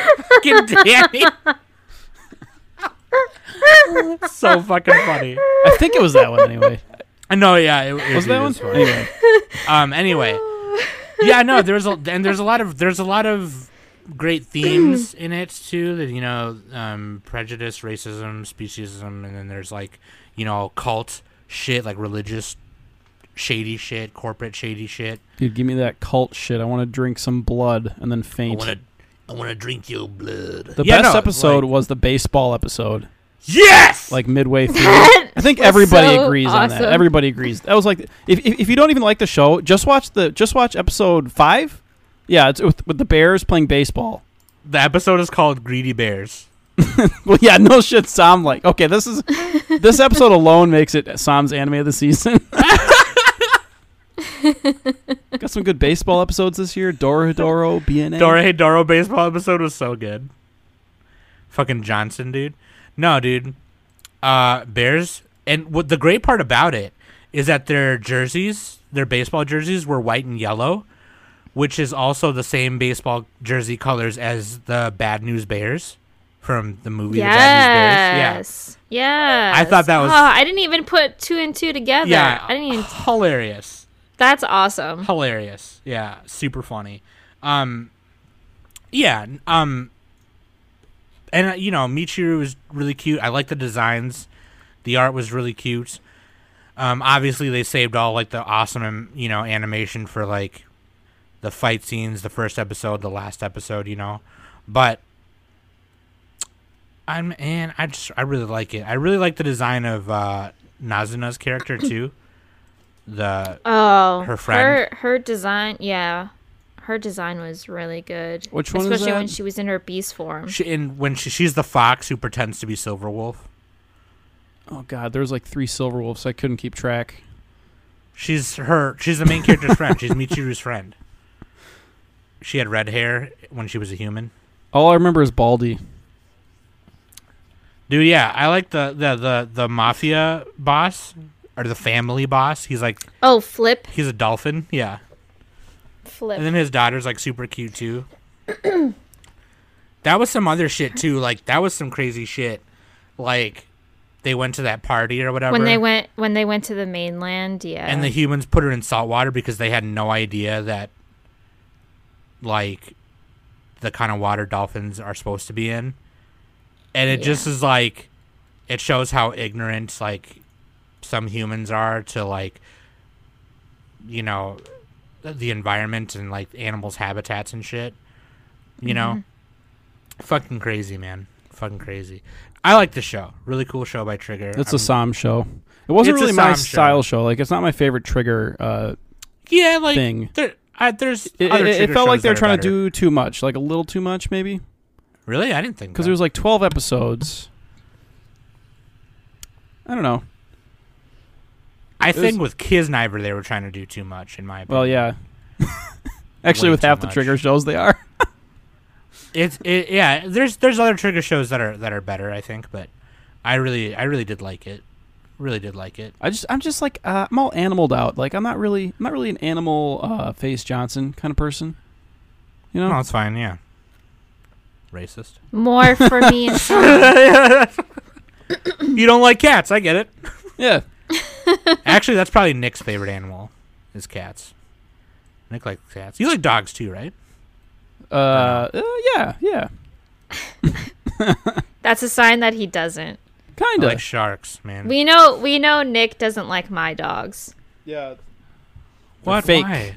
Speaker 3: fucking Danny. so fucking funny.
Speaker 5: I think it was that one anyway.
Speaker 3: No, yeah, it, it
Speaker 5: Was
Speaker 3: it
Speaker 5: that one?
Speaker 3: is funny.
Speaker 5: Anyway,
Speaker 3: Um, anyway, yeah, no, there's a and there's a lot of there's a lot of great themes in it too. That you know, um, prejudice, racism, speciesism, and then there's like you know cult shit, like religious shady shit, corporate shady shit.
Speaker 5: dude, give me that cult shit. I want to drink some blood and then
Speaker 3: I
Speaker 5: faint.
Speaker 3: want to. I want to drink your blood.
Speaker 5: The
Speaker 3: Yeah,
Speaker 5: best
Speaker 3: no,
Speaker 5: episode
Speaker 3: like-
Speaker 5: was the baseball episode.
Speaker 3: yes,
Speaker 5: Like midway through, I think everybody
Speaker 4: so
Speaker 5: agrees on that.
Speaker 4: awesome.
Speaker 5: Everybody agrees. That was like, if, if if you don't even like the show, just watch the just watch episode five. Yeah, it's with, with the Bears playing baseball.
Speaker 3: the episode is called Greedy Bears.
Speaker 5: Well, yeah, no shit. Sam, like, okay, this is this episode alone makes it Sam's anime of the season. Got some good baseball episodes this year. Dorohedoro, BNA.
Speaker 3: Dora Hey Doro baseball episode was so good. Fucking Johnson, dude. No, dude. Uh, Bears, and what the great part about it is that their jerseys, their baseball jerseys, were white and yellow, which is also the same baseball jersey colors as the Bad News Bears from the movie The Bad News Bears.
Speaker 4: Yes. Yes.
Speaker 3: I thought that was-
Speaker 4: Oh, I didn't even put two and two together.
Speaker 3: Yeah, yeah,
Speaker 4: I didn't even.
Speaker 3: hilarious.
Speaker 4: That's awesome.
Speaker 3: hilarious yeah super funny um yeah um and uh, you know michiru was really cute i like the designs the art was really cute um obviously they saved all like the awesome um, you know animation for like the fight scenes the first episode the last episode you know but i'm and i just i really like it i really like the design of uh nazuna's character too the
Speaker 4: Oh,
Speaker 3: Her friend.
Speaker 4: Her, her design, yeah, her design was really good.
Speaker 5: Which one is
Speaker 4: Especially when
Speaker 5: that?
Speaker 4: she was in her beast form.
Speaker 3: She, and when she, she's the fox who pretends to be Silver Wolf,
Speaker 5: Oh god, there was like three Silver Wolves. I couldn't keep track.
Speaker 3: she's her. She's the main character's friend. She's Michiru's friend. She had red hair when she was a human.
Speaker 5: All I remember is Baldy.
Speaker 3: Dude, yeah, I like the the the, the mafia boss or the family boss. He's like
Speaker 4: Oh, flip,
Speaker 3: he's a dolphin. Yeah,
Speaker 4: flip.
Speaker 3: and then his daughter's like super cute too. that was some other shit too. Like that was some crazy shit. Like they went to that party or whatever.
Speaker 4: when they went, when they went to the mainland, yeah.
Speaker 3: and the humans put her in salt water because they had no idea that like the kind of water dolphins are supposed to be in and it
Speaker 4: Yeah.
Speaker 3: just is like it shows how ignorant like some humans are to like you know the environment and like animals habitats and shit you know fucking crazy man fucking crazy i like the show really cool show by trigger
Speaker 5: That's
Speaker 3: I'm-
Speaker 5: a Sam show. It wasn't
Speaker 3: Um, It's a
Speaker 5: really my
Speaker 3: Sam show.
Speaker 5: style show. Like, it's not my favorite Trigger uh,
Speaker 3: yeah like
Speaker 5: thing.
Speaker 3: there I, there's
Speaker 5: It,
Speaker 3: other
Speaker 5: it- it
Speaker 3: Trigger
Speaker 5: felt like
Speaker 3: shows
Speaker 5: they were
Speaker 3: that are
Speaker 5: trying
Speaker 3: better.
Speaker 5: to do too much, like a little too much, maybe.
Speaker 3: Really, I didn't think
Speaker 5: Because
Speaker 3: that.
Speaker 5: there was like twelve episodes. I don't know.
Speaker 3: I
Speaker 5: was-
Speaker 3: think with Kisniver they were trying to do too much, in my opinion.
Speaker 5: Well, yeah. Actually,
Speaker 3: Way
Speaker 5: with
Speaker 3: too
Speaker 5: half the
Speaker 3: much.
Speaker 5: Trigger shows, they are.
Speaker 3: it's it, yeah. There's there's other trigger shows that are that are better, I think, but I really I really did like it, really did like it.
Speaker 5: I just I'm just like uh, I'm all animaled out. Like I'm not really I'm not really an animal uh, face Johnson kind of person. You know?
Speaker 3: No, it's fine. Yeah, racist.
Speaker 4: more for me and Sam.
Speaker 3: you don't like cats. I get it.
Speaker 5: Yeah.
Speaker 3: Actually, that's probably Nick's favorite animal is cats. Nick likes cats. You like dogs too, right?
Speaker 5: Uh, uh yeah, yeah.
Speaker 4: That's a sign that he doesn't.
Speaker 5: Kind
Speaker 3: I
Speaker 5: of.
Speaker 3: like sharks, man.
Speaker 4: We know, we know Nick doesn't like my dogs.
Speaker 5: yeah.
Speaker 3: what?
Speaker 5: fake.
Speaker 3: Why?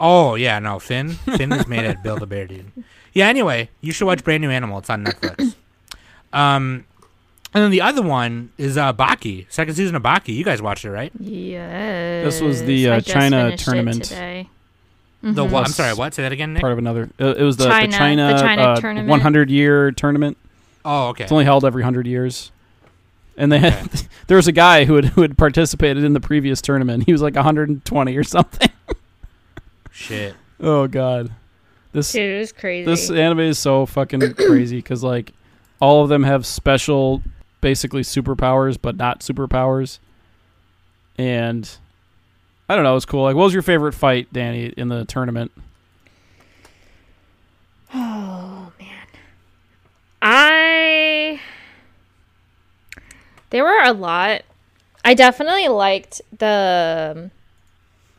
Speaker 3: Oh yeah, no. Finn. Finn was made at Build a Bear, dude. Yeah. Anyway, you should watch Brand New Animal. It's on Netflix. um, and then the other one is uh, Baki. Second season of Baki. You guys watched it, right?
Speaker 4: Yes.
Speaker 5: was the, uh,
Speaker 4: I just
Speaker 5: China
Speaker 4: finished it
Speaker 5: tournament.
Speaker 4: today. Mm-hmm.
Speaker 3: The what? I'm
Speaker 5: Yes.
Speaker 3: sorry. What? Say that again, Nick.
Speaker 5: Part of another. Uh, it was the
Speaker 4: China-
Speaker 5: the
Speaker 4: the
Speaker 5: China,
Speaker 4: China
Speaker 5: uh,
Speaker 4: tournament.
Speaker 5: 100 year tournament.
Speaker 3: Oh, okay.
Speaker 5: It's only held every 100 years. And they had, there was a guy who had who had participated in the previous tournament. He was like 120 or something.
Speaker 3: Shit.
Speaker 5: Oh god. This
Speaker 4: Dude, it was crazy.
Speaker 5: this anime is so fucking crazy because like all of them have special basically superpowers but not superpowers and i don't know it's cool like what was your favorite fight danny in the tournament
Speaker 4: oh man, There were a lot. I definitely liked the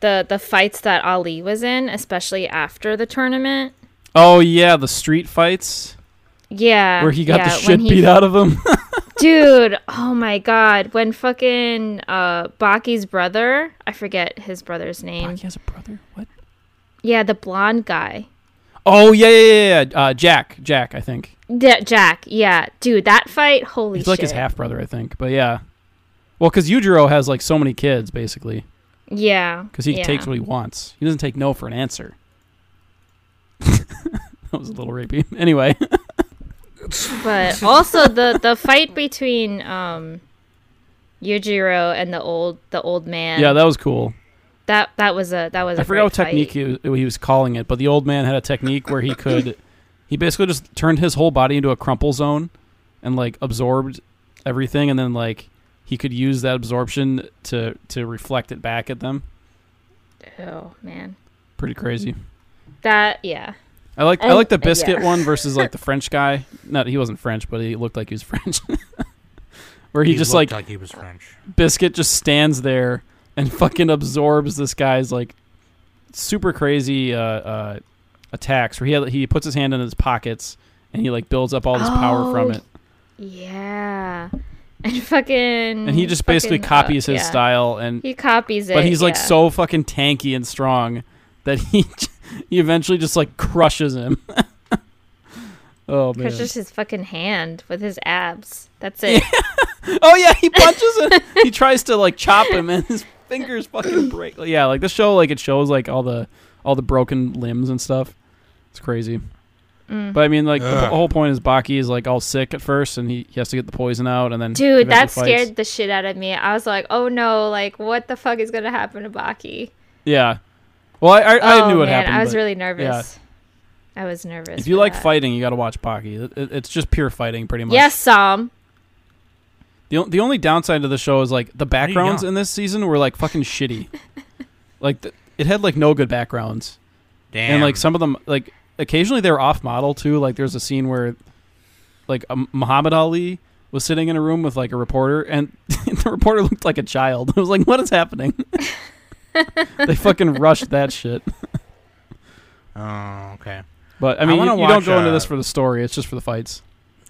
Speaker 4: the the fights that Ali was in, especially after the tournament.
Speaker 5: Oh yeah, the street fights
Speaker 4: Yeah.
Speaker 5: where he got
Speaker 4: yeah,
Speaker 5: the shit
Speaker 4: when he-
Speaker 5: beat out of him.
Speaker 4: Dude, oh my god. When fucking uh Baki's brother, I forget his brother's name.
Speaker 5: has a brother. What?
Speaker 4: Yeah, the blonde guy.
Speaker 5: Oh yeah, yeah, yeah. yeah. Uh, Jack, Jack, I think
Speaker 4: D- Jack, yeah. Dude, that fight, holy
Speaker 5: he's
Speaker 4: shit.
Speaker 5: like his half brother, I think. But yeah, well, because Yujiro has like so many kids, basically,
Speaker 4: Yeah.
Speaker 5: because he
Speaker 4: yeah.
Speaker 5: takes what he wants. He doesn't take no for an answer. that was a little rapey. Anyway,
Speaker 4: But also the the fight between um Yujiro and the old the old man.
Speaker 5: yeah, that was cool.
Speaker 4: that that was a that was a
Speaker 5: I forgot what
Speaker 4: great fight.
Speaker 5: technique he was, he was calling it, but the old man had a technique where he could, he basically just turned his whole body into a crumple zone, and like absorbed everything, and then like he could use that absorption to to reflect it back at them.
Speaker 4: Oh man.
Speaker 5: Pretty crazy.
Speaker 4: That yeah.
Speaker 5: I like I
Speaker 7: And-
Speaker 5: like the
Speaker 4: uh,
Speaker 7: yeah.
Speaker 5: biscuit one versus like the French guy. Not he wasn't French, but he looked like he was French. Where he, just like
Speaker 3: looked like he was French.
Speaker 5: biscuit just stands there and fucking absorbs this guy's like super crazy uh, uh, attacks. Where he had, he puts his hand in his pockets and he like builds up all this power from
Speaker 4: Oh,
Speaker 5: it,
Speaker 4: Yeah. And fucking
Speaker 5: and he just basically
Speaker 4: fucking, uh,
Speaker 5: copies his
Speaker 4: yeah.
Speaker 5: style. And
Speaker 4: He copies it.
Speaker 5: but he's like
Speaker 4: yeah.
Speaker 5: so fucking tanky and strong that he he eventually just like crushes him. oh man.
Speaker 4: It's just his fucking hand with his abs. That's it.
Speaker 5: Oh yeah, he punches him. he tries to like chop him, and his fingers fucking break. Like, yeah, like the show, like it shows like all the all the broken limbs and stuff. It's crazy.
Speaker 4: Mm.
Speaker 5: But I mean, like the
Speaker 3: Ugh.
Speaker 5: whole point is Baki is like all sick at first, and he, he has to get the poison out, and then
Speaker 4: Dude,
Speaker 5: eventually
Speaker 4: that
Speaker 5: fights.
Speaker 4: scared the shit out of me. I was like, oh no, like what the fuck is gonna happen to Baki?
Speaker 5: Yeah. Well, I I, I
Speaker 4: oh,
Speaker 5: knew what
Speaker 4: man,
Speaker 5: happened.
Speaker 4: I was
Speaker 5: but
Speaker 4: really nervous. I was nervous.
Speaker 5: if you
Speaker 4: for
Speaker 5: like
Speaker 4: that.
Speaker 5: fighting, you got to watch Baki. It, it- it's just pure fighting, pretty much.
Speaker 4: Yes, Sam.
Speaker 5: The, o- the only downside to the show is like the backgrounds
Speaker 3: young.
Speaker 5: in this season were like fucking shitty. like th- it had like no good backgrounds.
Speaker 3: Damn.
Speaker 5: and like some of them like occasionally they were off model too like there's a scene where like um, muhammad ali was sitting in a room with like a reporter and the reporter looked like a child i was like what is happening they fucking rushed that shit
Speaker 3: Oh, okay.
Speaker 5: but i
Speaker 3: I
Speaker 5: mean
Speaker 3: wanna
Speaker 5: you, you don't
Speaker 3: watch,
Speaker 5: go into
Speaker 3: uh,
Speaker 5: this for the story it's just for the fights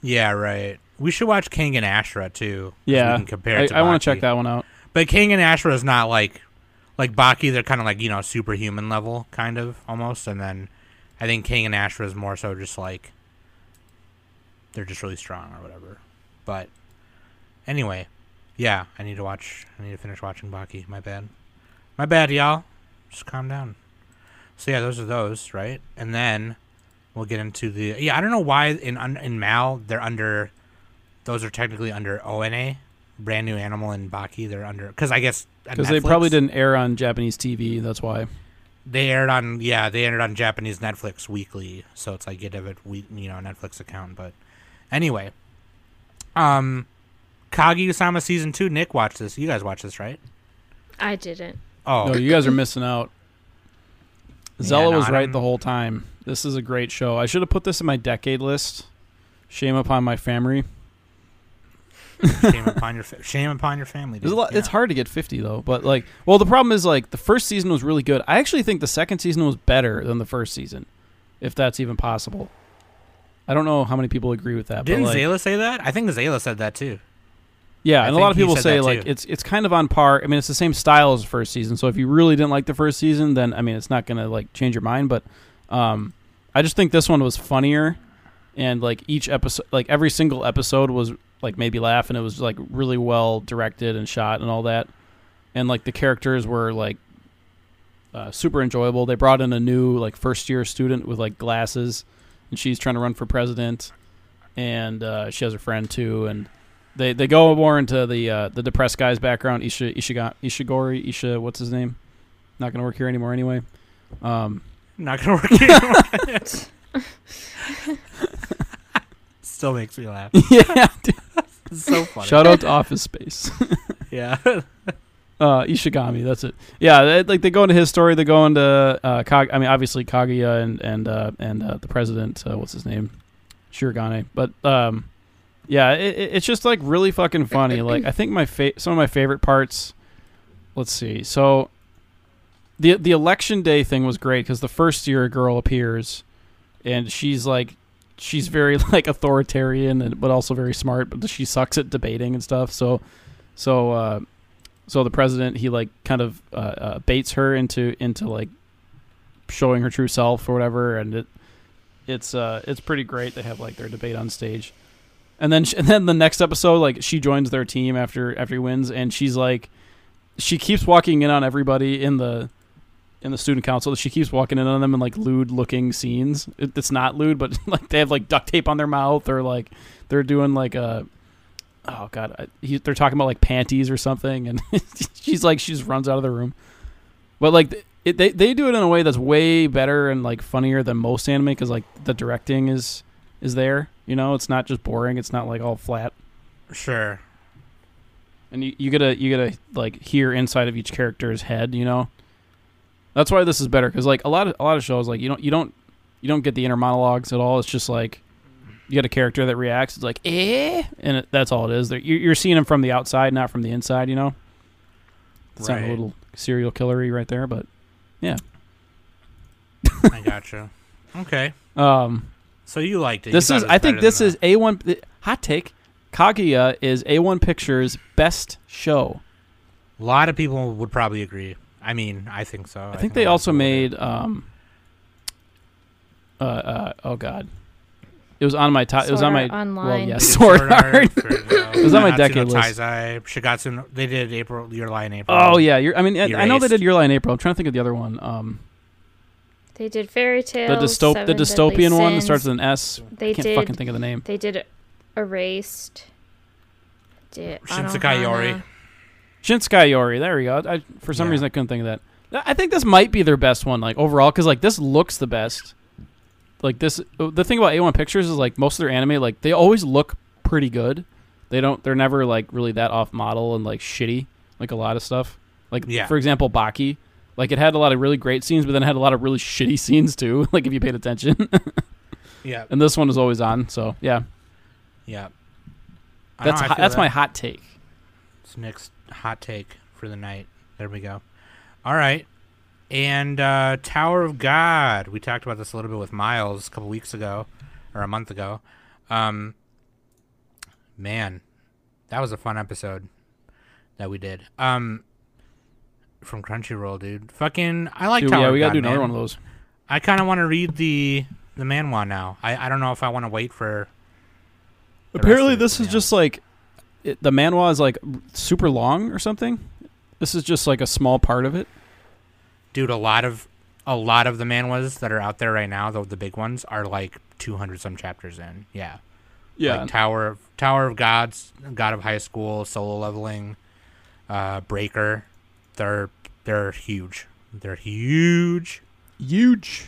Speaker 3: Yeah, right. We should watch King and Ashra too. 'cause
Speaker 5: yeah
Speaker 3: we can compare.
Speaker 5: i,
Speaker 3: it to
Speaker 5: want
Speaker 3: Baki.
Speaker 5: to check that one out
Speaker 3: But King and Ashra is not like like Baki. They're kind of like you know superhuman level, kind of almost. And then I think King and Ashra is more so just like they're just really strong or whatever. But anyway, yeah, I need to watch. I need to finish watching Baki. My bad. My bad, y'all. Just calm down. So yeah, those are those, right? And then we'll get into the yeah. I don't know why in un- in Mal they're under. Those are technically under ONA, brand new animal and Baki. They're under because I guess
Speaker 5: because they probably
Speaker 3: did.
Speaker 5: didn't air on japanese tv that's why
Speaker 3: They aired on yeah, they aired on Japanese Netflix weekly, so it's like you'd have a we you know Netflix account. But anyway, um, Kagi Usama season two. Nick watched this. You guys watched this, right?
Speaker 4: I didn't.
Speaker 3: Oh,
Speaker 5: no you guys are missing out Zella
Speaker 3: no,
Speaker 5: was
Speaker 3: I
Speaker 5: right
Speaker 3: don't-
Speaker 5: the whole time. This is a great show. I should have put this in my decade list. Shame upon my family.
Speaker 3: shame upon your fa- shame upon your family.
Speaker 5: There's a
Speaker 3: dude.
Speaker 5: lot, It's
Speaker 3: Yeah.
Speaker 5: hard to get 50 though, but like, well, the problem is like the first season was really good. I actually think the second season was better than the first season, if that's even possible. I don't know how many people agree with that.
Speaker 3: Didn't
Speaker 5: but, like,
Speaker 3: Zayla say that? I think Zayla said that too.
Speaker 5: Yeah,
Speaker 3: I
Speaker 5: and a lot of
Speaker 3: think he
Speaker 5: people
Speaker 3: said
Speaker 5: say
Speaker 3: that,
Speaker 5: like
Speaker 3: too.
Speaker 5: it's it's kind of on par. I mean, it's the same style as the first season. So if you really didn't like the first season, then I mean, it's not gonna like change your mind. But um, I just think this one was funnier, and like each episode, like every single episode was like made me laugh, and it was like really well directed and shot and all that, and like the characters were like uh, super enjoyable. They brought in a new like first year student with like glasses, and she's trying to run for president, and uh, she has a friend too, and they they go more into the uh, the depressed guy's background. Isha Ishiga, Ishigori Isha what's his name? Not gonna work here anymore anyway. Um,
Speaker 3: Not gonna work anymore. Still makes me laugh.
Speaker 5: yeah, dude.
Speaker 3: It's so funny.
Speaker 5: shout out to Office Space.
Speaker 3: yeah.
Speaker 5: Uh, Ishigami, that's it. Yeah, they, like they go into his story. They go into uh, Kag- I mean, obviously Kaguya and and uh, and uh, the president. Uh, what's his name? Shiragane. But um, Yeah, it, it- it's just like really fucking funny. Like I think my fa- some of my favorite parts. Let's see. So, the the election day thing was great because the first year a girl appears, and she's like, she's very like authoritarian and but also very smart, but she sucks at debating and stuff. So, so uh, so the president he like kind of uh, uh, baits her into into like showing her true self or whatever, and it it's uh it's pretty great. They have like their debate on stage. And then, sh and then the next episode, like she joins their team after after he wins, and she's like, she keeps walking in on everybody in the in the student council. She keeps walking in on them in like lewd looking scenes. It, it's not lewd, but like they have like duct tape on their mouth, or like they're doing like a oh god, I, he, they're talking about like panties or something, and she's like she just runs out of the room. But like th- it, they they do it in a way that's way better and like funnier than most anime because like the directing is is there. You know, it's not just boring. It's not like all flat.
Speaker 3: Sure.
Speaker 5: And you, you gotta you gotta like hear inside of each character's head. You know, that's why this is better because like a lot of a lot of shows like you don't you don't you don't get the inner monologues at all. It's just like you got a character that reacts. It's like eh, and it, that's all it is. They're- You're, you're seeing them from the outside, not from the inside. You know, it's not a
Speaker 3: Right.
Speaker 5: little serial killery right there, but
Speaker 3: I gotcha. Okay.
Speaker 5: um,
Speaker 3: So you liked it. You
Speaker 5: This
Speaker 3: thought
Speaker 5: is,
Speaker 3: it was
Speaker 5: I think,
Speaker 3: better
Speaker 5: this
Speaker 3: than
Speaker 5: is a one hot take. Kaguya is a one Pictures' best show.
Speaker 3: the- A lot of people would probably agree. I mean, I think so.
Speaker 5: I think they also
Speaker 3: made.
Speaker 5: made. Um, uh, uh, oh God, it was on my top. It was
Speaker 4: Sword
Speaker 5: on my
Speaker 4: Art
Speaker 5: Well,
Speaker 4: Online.
Speaker 5: yeah,
Speaker 4: Did
Speaker 5: Sword Art.
Speaker 3: It
Speaker 5: was on my decade list.
Speaker 3: Shigatsu. They did April, Your Lie in April.
Speaker 5: Oh yeah, you're, I mean, I, I know they
Speaker 3: Erased.
Speaker 5: did Your Lie in April. I'm trying to think of the other one. Um,
Speaker 4: They did fairy
Speaker 5: the
Speaker 4: tale.
Speaker 5: dystop, the dystopian one that starts with an S.
Speaker 4: They
Speaker 5: I can't
Speaker 4: did.
Speaker 5: fucking think of the name.
Speaker 4: They did erased. Did
Speaker 3: Shinsekai Yori.
Speaker 4: Anohana.
Speaker 5: Shinsukai Yori. There we go. I, for some
Speaker 3: Yeah.
Speaker 5: reason, I couldn't think of that. Th- I think this might be their best one, like overall, because like this looks the best. Like this, uh, the thing about A1 Pictures is like most of their anime, like they always look pretty good. They don't. They're never like really that off model and like shitty, like a lot of stuff. Like
Speaker 3: Yeah.
Speaker 5: for example, Baki. Like it had a lot of really great scenes, but then it had a lot of really shitty scenes too. Like if you paid attention,
Speaker 3: Yeah,
Speaker 5: and this one is always on. So yeah,
Speaker 3: yeah. I know,
Speaker 5: that's
Speaker 3: I
Speaker 5: hot,
Speaker 3: feel
Speaker 5: that's
Speaker 3: that.
Speaker 5: my hot take.
Speaker 3: It's Nick's hot take for the night. There we go. All right. And uh, Tower of God. We talked about this a little bit with Miles a couple weeks ago or a month ago. Um, man, that was a fun episode that we did. Um, from Crunchyroll, dude. Fucking, I like
Speaker 5: Dude,
Speaker 3: Tower
Speaker 5: yeah,
Speaker 3: of
Speaker 5: we gotta
Speaker 3: God,
Speaker 5: do another one
Speaker 3: man.
Speaker 5: of those.
Speaker 3: I kind of want to read the the manhwa now. I, I don't know if I want to wait for. the rest
Speaker 5: Apparently,
Speaker 3: of it,
Speaker 5: this
Speaker 3: to
Speaker 5: is
Speaker 3: be
Speaker 5: just like it, the manhwa is like r- super long or something. This is just like a small part of it.
Speaker 3: honest. dude. A lot of a lot of the manhwas that are out there right now, though the big ones, are like two hundred some chapters in. Yeah,
Speaker 5: Yeah,
Speaker 3: like Tower of Tower of Gods, God of High School, Solo Leveling, uh, Breaker. They're they're huge. They're huge.
Speaker 5: huge.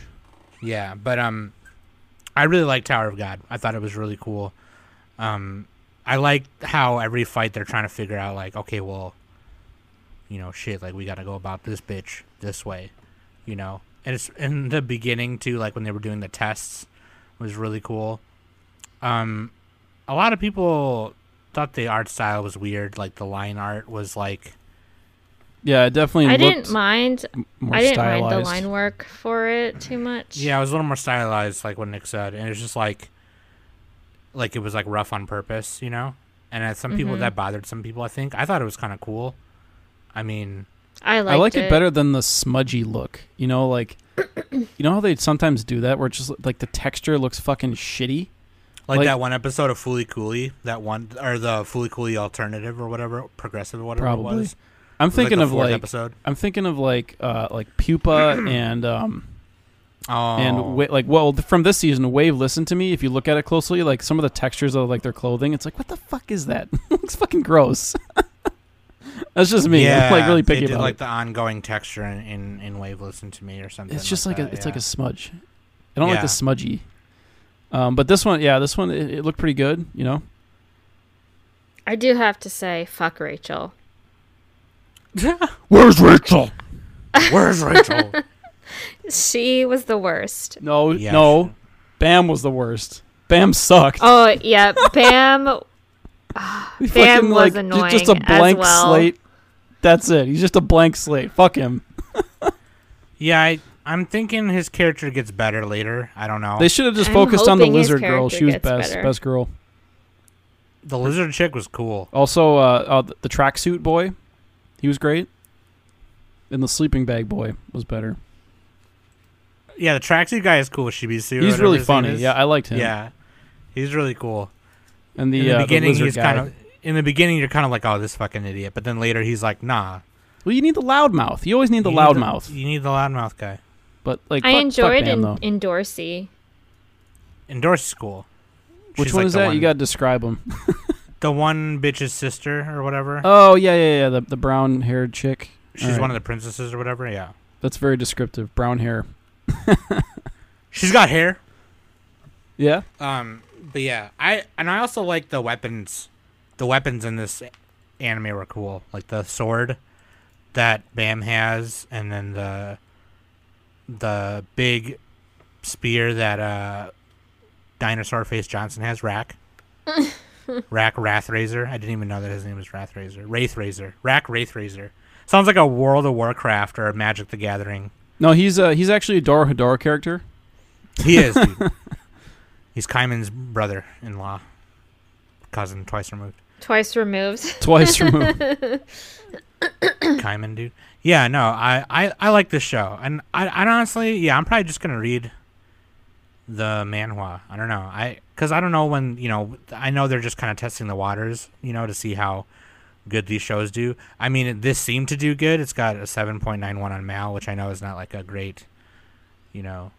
Speaker 3: Yeah, but um, I really like Tower of God. I thought it was really cool. Um, I like how every fight they're trying to figure out, like, okay, well, you know, shit, like we got to go about this bitch this way, you know. And it's in the beginning too, like when they were doing the tests, was really cool. Um, a lot of people thought the art style was weird. Like the line art was like,
Speaker 5: Yeah, it definitely.
Speaker 4: I
Speaker 5: looked
Speaker 4: didn't mind.
Speaker 5: More
Speaker 4: I didn't
Speaker 5: stylized.
Speaker 4: mind the line work for it too much.
Speaker 3: Yeah, it was a little more stylized, like what Nick said, and it was just like, like it was like rough on purpose, you know. And uh, some people that bothered some people. I think I thought it was kind of cool. I mean,
Speaker 4: I liked
Speaker 5: I like it. better than the smudgy look. You know, like you know how they sometimes do that, where it's just like the texture looks fucking shitty.
Speaker 3: like,
Speaker 5: Like-
Speaker 3: that one episode of Fooly Cooley, that one or the Fooly Cooley alternative or whatever, progressive or whatever
Speaker 5: Probably.
Speaker 3: it was.
Speaker 5: I'm
Speaker 3: It was,
Speaker 5: thinking
Speaker 3: the
Speaker 5: of
Speaker 3: fourth
Speaker 5: like
Speaker 3: episode.
Speaker 5: I'm thinking of like uh like pupa and um
Speaker 3: Oh,
Speaker 5: and wa- like well th- from this season wave listen to me if you look at it closely like some of the textures of like their clothing it's like what the fuck is that looks fucking gross that's just me
Speaker 3: yeah,
Speaker 5: i'm like really
Speaker 3: they
Speaker 5: picky
Speaker 3: did
Speaker 5: about
Speaker 3: like
Speaker 5: it
Speaker 3: the ongoing texture in, in in Wave Listen to Me or something.
Speaker 5: it's just like,
Speaker 3: like,
Speaker 5: a
Speaker 3: that,
Speaker 5: it's
Speaker 3: yeah.
Speaker 5: like a smudge i don't like
Speaker 3: Yeah.
Speaker 5: the smudgy um but this one yeah this one it, it looked pretty good you know
Speaker 4: I do have to say, fuck Rachel.
Speaker 5: where's rachel
Speaker 3: Where's Rachel?
Speaker 4: She was the worst.
Speaker 5: Oh, no
Speaker 3: Yeah.
Speaker 7: Oh,
Speaker 5: no bam was the worst bam sucked
Speaker 4: Oh yeah, Bam
Speaker 5: He
Speaker 7: Van was
Speaker 5: ju-
Speaker 7: annoying
Speaker 5: Just a
Speaker 7: as
Speaker 5: blank
Speaker 7: well.
Speaker 5: slate. That's it. He's just a blank slate. Fuck him.
Speaker 3: Yeah, I, I'm thinking his character gets better later. I don't know.
Speaker 5: They should have just
Speaker 4: I'm
Speaker 5: focused on the
Speaker 4: hoping his
Speaker 5: lizard girl.
Speaker 4: character
Speaker 5: She was
Speaker 4: gets
Speaker 5: best,
Speaker 4: better.
Speaker 5: best girl.
Speaker 3: the lizard chick was cool.
Speaker 5: Also, uh, uh the, the tracksuit boy, he was great. And the sleeping bag boy was better.
Speaker 3: Yeah, the tracksuit guy is cool. Shibisu. or
Speaker 5: He's really
Speaker 3: whatever his name
Speaker 5: funny.
Speaker 3: is.
Speaker 5: Yeah, I liked him.
Speaker 3: yeah, he's really cool.
Speaker 5: And the,
Speaker 3: in the
Speaker 5: uh,
Speaker 3: beginning,
Speaker 5: lizard
Speaker 3: he's
Speaker 5: guy.
Speaker 3: kind of. In the beginning, you're kind of like, "Oh, this fucking idiot," but then later, he's like, "Nah."
Speaker 5: Well, you need the loudmouth. You always need the
Speaker 3: You
Speaker 5: loudmouth.
Speaker 3: You need the loudmouth guy.
Speaker 5: But like,
Speaker 4: I
Speaker 5: fuck,
Speaker 4: enjoyed
Speaker 5: fuck Bam,
Speaker 4: in,
Speaker 5: though.
Speaker 4: in Dorsey.
Speaker 3: In Dorsey School.
Speaker 5: Which
Speaker 3: She's
Speaker 5: one
Speaker 3: like
Speaker 5: is
Speaker 3: the
Speaker 5: that?
Speaker 3: One,
Speaker 5: You got to describe him.
Speaker 3: the one bitch's sister or whatever.
Speaker 5: Oh yeah, yeah, yeah. The the brown haired chick.
Speaker 3: She's one of the princesses or whatever. Yeah.
Speaker 5: That's very descriptive. Brown hair.
Speaker 3: She's got hair.
Speaker 5: Yeah.
Speaker 3: Um, but yeah, I and I also like the weapons. The weapons in this anime were cool, like the sword that Bam has, and then the the big spear that uh, Dinosaur Face Johnson has, Rack. Rack Wraithraiser. I didn't even know that his name was Wraithraiser. Wraithraiser. Rack Wraithraiser. Sounds like a World of Warcraft or Magic the Gathering.
Speaker 5: No, he's uh he's actually a Dora Hedora character.
Speaker 3: He is. Dude. He's Kaiman's brother-in-law, cousin twice removed.
Speaker 4: Twice removed.
Speaker 5: Twice removed.
Speaker 3: Kaiman, dude. Yeah, no, I, I, I like this show, and I, I honestly, yeah, I'm probably just gonna read the manhwa. I don't know, I, cause I don't know when you know. I know they're just kind of testing the waters, you know, to see how good these shows do. I mean, this seemed to do good. It's got a 7.91 on Mal, which I know is not like a great, you know,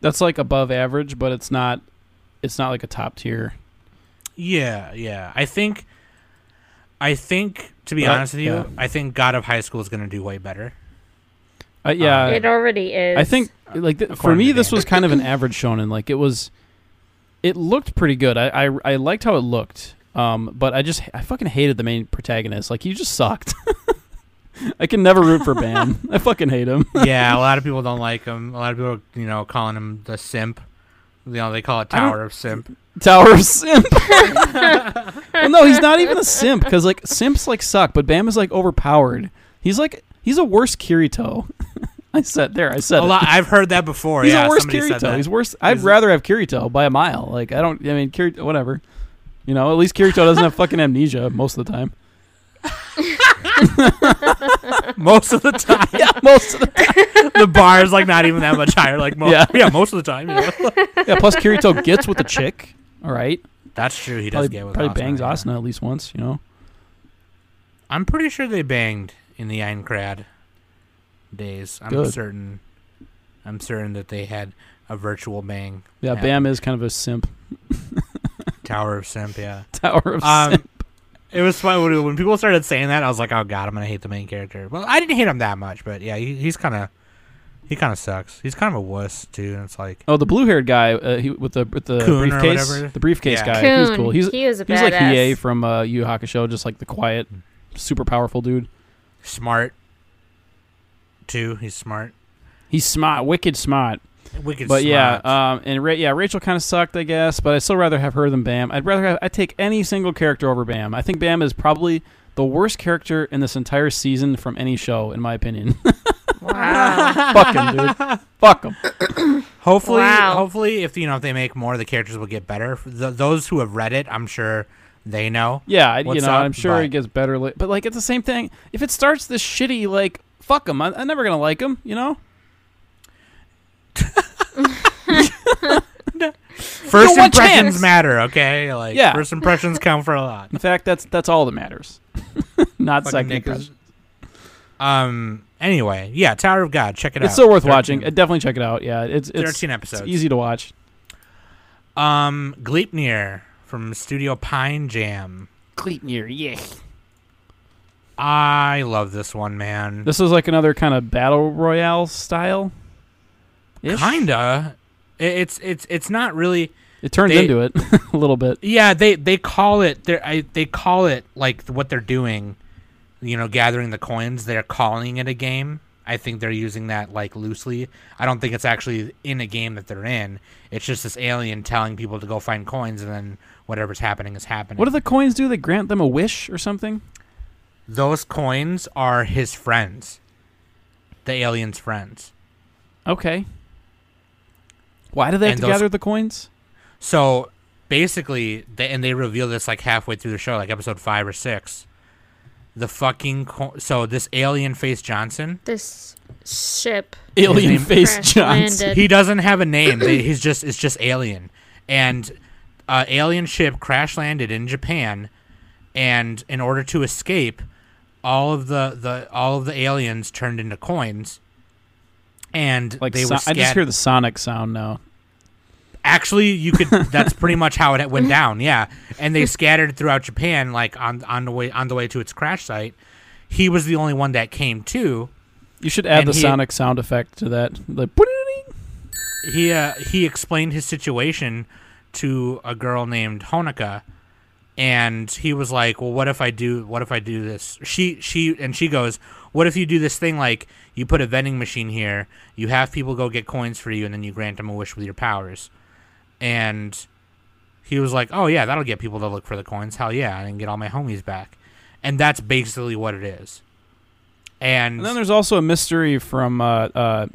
Speaker 5: That's like above average, but it's not. It's not like a top tier.
Speaker 3: Yeah, yeah. I think, I think to be
Speaker 5: But I-
Speaker 3: honest with you,
Speaker 5: yeah.
Speaker 3: I think God of High School is gonna do way better.
Speaker 5: Uh, yeah.
Speaker 4: it already is.
Speaker 5: I think like th- for
Speaker 3: according
Speaker 5: me
Speaker 3: to
Speaker 5: this
Speaker 3: Dan.
Speaker 5: was kind of an average shonen. Like it was, it looked pretty good. I I, I liked how it looked. Um, but I just I fucking hated the main protagonist. Like he just sucked. I can never root for Bam. I fucking hate him.
Speaker 3: yeah, a lot of people don't like him. A lot of people, you know, calling him the simp. You know, they call it
Speaker 5: I don't-
Speaker 3: Tower of Simp.
Speaker 5: Tower of Simp. well, no, he's not even a simp because like simps like suck, but Bam is like overpowered. He's like he's a worse Kirito. I said there. I said
Speaker 3: A
Speaker 5: it.
Speaker 3: lot. I've heard that before.
Speaker 5: He's
Speaker 3: yeah,
Speaker 5: a worse
Speaker 3: somebody said
Speaker 5: Kirito.
Speaker 3: that.
Speaker 5: He's worse. I'd
Speaker 3: He's-
Speaker 5: rather have Kirito by a mile. Like I don't. I mean, Kirito, whatever. You know, at least Kirito doesn't have fucking amnesia most of the time.
Speaker 3: most of the time.
Speaker 5: Yeah, most of the time.
Speaker 3: the bar is like not even that much higher. Like, most, yeah.
Speaker 5: Yeah.
Speaker 3: most of the time. You know?
Speaker 5: Yeah. Plus, Kirito gets with the chick. All right.
Speaker 3: That's true. He does
Speaker 5: Probably,
Speaker 3: get with
Speaker 5: probably
Speaker 3: Asuna,
Speaker 5: bangs
Speaker 3: yeah.
Speaker 5: Asuna at least once. You know.
Speaker 3: I'm pretty sure they banged in the Einkrad days. I'm
Speaker 5: Good.
Speaker 3: certain. I'm certain that they had a virtual bang.
Speaker 5: Yeah,
Speaker 3: Yeah.
Speaker 5: Bam is kind of a simp.
Speaker 3: Tower of Simp, yeah.
Speaker 5: Tower of simp.
Speaker 3: Um, it was fun when, when people started saying that. I was like, oh god, I'm gonna hate the main character. Well, I didn't hate him that much, but yeah, he, he's kind of he kind of sucks. He's kind of a wuss too. And it's like
Speaker 5: Oh, the blue-haired guy uh, he, with the with the
Speaker 3: Kun or whatever.
Speaker 5: briefcase. The briefcase
Speaker 3: Yeah.
Speaker 5: guy.
Speaker 4: Coon,
Speaker 5: He was cool. He's
Speaker 4: he was a
Speaker 5: he's like
Speaker 4: badass.
Speaker 5: Hiei from uh, Yu Yu Hakusho, just like the quiet, super powerful dude.
Speaker 3: smart too. He's smart.
Speaker 5: He's smart, wicked smart.
Speaker 3: Wicked.
Speaker 5: But yeah,
Speaker 3: smart.
Speaker 5: um, and Ra- yeah, Rachel kind of sucked, I guess. But I still rather have her than Bam. I'd rather have, I take any single character over Bam. I think Bam is probably the worst character in this entire season from any show, in my opinion.
Speaker 4: Wow.
Speaker 5: Fuck him, dude. Fuck him.
Speaker 3: Hopefully,
Speaker 4: Wow.
Speaker 3: hopefully, if you know if they make more, the characters will get better. Th those who have read it, I'm sure they know.
Speaker 5: Yeah, I, you
Speaker 3: What's
Speaker 5: know,
Speaker 3: up,
Speaker 5: I'm sure
Speaker 3: but-
Speaker 5: it gets better. Li- but like, it's the same thing. If it starts this shitty, like, fuck him. I- I'm never gonna like him. You know.
Speaker 3: First
Speaker 5: one
Speaker 3: impressions
Speaker 5: chance.
Speaker 3: matter, okay? Like,
Speaker 5: Yeah.
Speaker 3: first impressions count for a lot.
Speaker 5: In fact, that's that's all that matters. Not
Speaker 3: Fucking
Speaker 5: second
Speaker 3: Nick is-
Speaker 5: impression.
Speaker 3: Um. Anyway, yeah, Tower of God. Check it out.
Speaker 5: It's so worth
Speaker 3: 13
Speaker 5: watching. Uh, definitely check it out. Yeah, it's it's,
Speaker 3: Thirteen
Speaker 5: it's
Speaker 3: episodes.
Speaker 5: easy to watch.
Speaker 3: Um, Gleipnir from Studio Pine Jam.
Speaker 5: Cleatner, yeah.
Speaker 3: I love this one, man.
Speaker 5: This is like another kind of battle royale style.
Speaker 3: Kinda. I- It's it's it's not really.
Speaker 5: It turns
Speaker 3: They-
Speaker 5: into it a little bit.
Speaker 3: Yeah, they they call it. They I they call it like what they're doing. You know, gathering the coins. They're calling it a game. I think they're using that like loosely. I don't think it's actually in a game that they're in. It's just this alien telling people to go find coins, and then whatever's happening is happening.
Speaker 5: What do the coins do? They grant them a wish or something?
Speaker 3: Those coins are his friends, the alien's friends.
Speaker 5: Okay. Why do they have
Speaker 3: And
Speaker 5: to
Speaker 3: those-
Speaker 5: gather the coins?
Speaker 3: So basically, they, and they reveal this like halfway through the show, like episode five or six. The fucking co- so this alien face Johnson.
Speaker 4: This ship
Speaker 5: Alien
Speaker 3: name-
Speaker 5: face
Speaker 4: crash
Speaker 5: Johnson.
Speaker 4: landed.
Speaker 3: He doesn't have a name. They, he's just it's just alien, and uh, alien ship crash landed in Japan, and in order to escape, all of the, the all of the aliens turned into coins, and
Speaker 5: Like
Speaker 3: they
Speaker 5: so-
Speaker 3: were
Speaker 5: I just
Speaker 3: scat-
Speaker 5: hear the sonic sound now.
Speaker 3: actually you could that's pretty much how it went down yeah and they scattered throughout japan like on on the way on the way to its crash site he was the only one that came to
Speaker 5: You should add
Speaker 3: And
Speaker 5: the
Speaker 3: he-
Speaker 5: sonic sound effect to that. The
Speaker 3: he uh, he explained his situation to a girl named Honoka, and he was like, "Well, what if I do? What if I do this?" She she and she goes, "What if you do this thing like you put a vending machine here, you have people go get coins for you, and then you grant them a wish with your powers?" And he was like, "Oh yeah, that'll get people to look for the coins. Hell yeah, and get all my homies back." And that's basically what it is. And,
Speaker 5: And then there's also a mystery from uh, uh,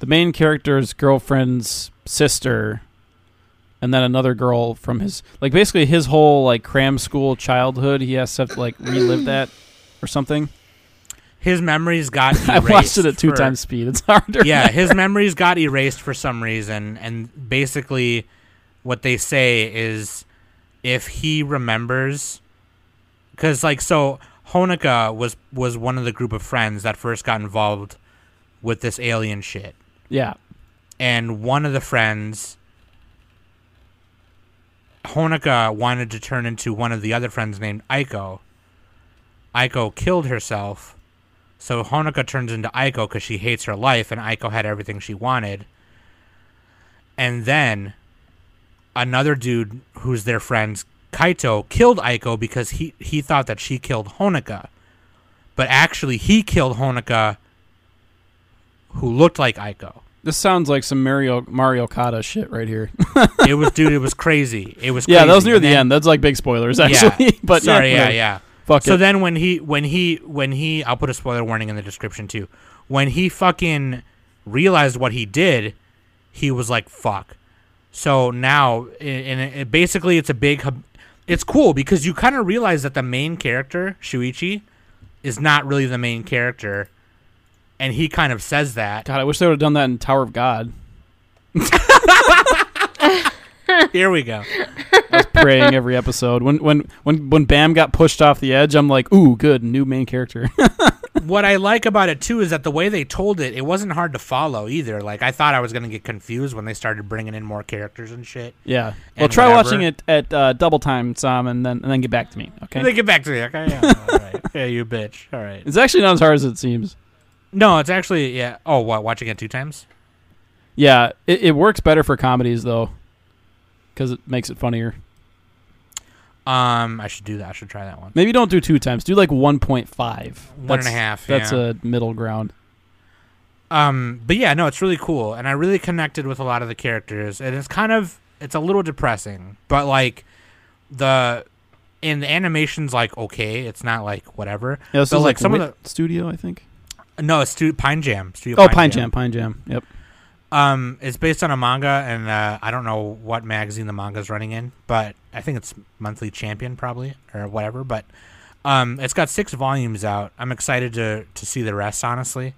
Speaker 5: the main character's girlfriend's sister, and then another girl from his like basically his whole like cram school childhood. He has to, have to like relive that or something.
Speaker 3: his memories got.
Speaker 5: I watched it at two
Speaker 3: times.
Speaker 5: times speed. It's harder.
Speaker 3: yeah, his memories got erased for some reason, and basically, what they say is, if he remembers, because like so, Honoka was was one of the group of friends that first got involved with this alien shit,
Speaker 5: yeah.
Speaker 3: and one of the friends, Honoka wanted to turn into one of the other friends named Aiko. Aiko killed herself, so Honoka turns into Aiko because she hates her life, and Aiko had everything she wanted. And then another dude who's their friend, Kaito, killed Aiko because he, he thought that she killed Honoka. But actually, he killed Honoka, who looked like Aiko.
Speaker 5: This sounds like some Mario Mario Kata shit right here.
Speaker 3: it was dude it was crazy it was
Speaker 5: yeah, that was
Speaker 3: crazy.
Speaker 5: near
Speaker 3: And
Speaker 5: the
Speaker 3: then-
Speaker 5: end. That's like big spoilers
Speaker 3: Yeah.
Speaker 5: actually. but
Speaker 3: sorry yeah
Speaker 5: whatever.
Speaker 3: yeah
Speaker 5: Fuck
Speaker 3: so
Speaker 5: it.
Speaker 3: then when he when he when he i'll put a spoiler warning in the description too when he fucking realized what he did he was like fuck so now a- and it, it- basically it's a big hub- it's cool because you kind of realize that the main character shuichi is not really the main character and he kind of says that
Speaker 5: God, I wish they would have done that in Tower of God.
Speaker 3: here we go
Speaker 5: praying every episode. When when when when Bam got pushed off the edge, I'm like, ooh, good new main character.
Speaker 3: what I like about it too is that the way they told it, it wasn't hard to follow either. Like I thought I was gonna get confused when they started bringing in more characters and shit.
Speaker 5: yeah. Well,
Speaker 3: And
Speaker 5: try
Speaker 3: whatever.
Speaker 5: watching it at uh, double time, Sam, and then and then get back to me. Okay.
Speaker 3: They get back to me. Okay, yeah, all right. yeah, you bitch. All right.
Speaker 5: it's actually not as hard as it seems.
Speaker 3: No, it's actually yeah. Oh, what? Watching it two times?
Speaker 5: Yeah, it, it works better for comedies though, because it makes it funnier.
Speaker 3: Um, I should do that. I should try that one.
Speaker 5: Maybe don't do two times. Do like one point five.
Speaker 3: One and a half,
Speaker 5: That's
Speaker 3: yeah.
Speaker 5: a middle ground.
Speaker 3: Um, but yeah, no, it's really cool, and I really connected with a lot of the characters, and it's kind of it's a little depressing, but like the and the animation's like okay, it's not like whatever.
Speaker 5: Yeah, this
Speaker 3: But,
Speaker 5: is
Speaker 3: like,
Speaker 5: like
Speaker 3: some of
Speaker 5: Wit studio, I think.
Speaker 3: No, it's Stu- Pine Jam. Studio
Speaker 5: Oh, Pine Jam, Pine Jam. Yep.
Speaker 3: Um, it's based on a manga, and uh, I don't know what magazine the manga's running in, but I think it's Monthly Champion probably or whatever. But um, it's got six volumes out. I'm excited to to see the rest, honestly.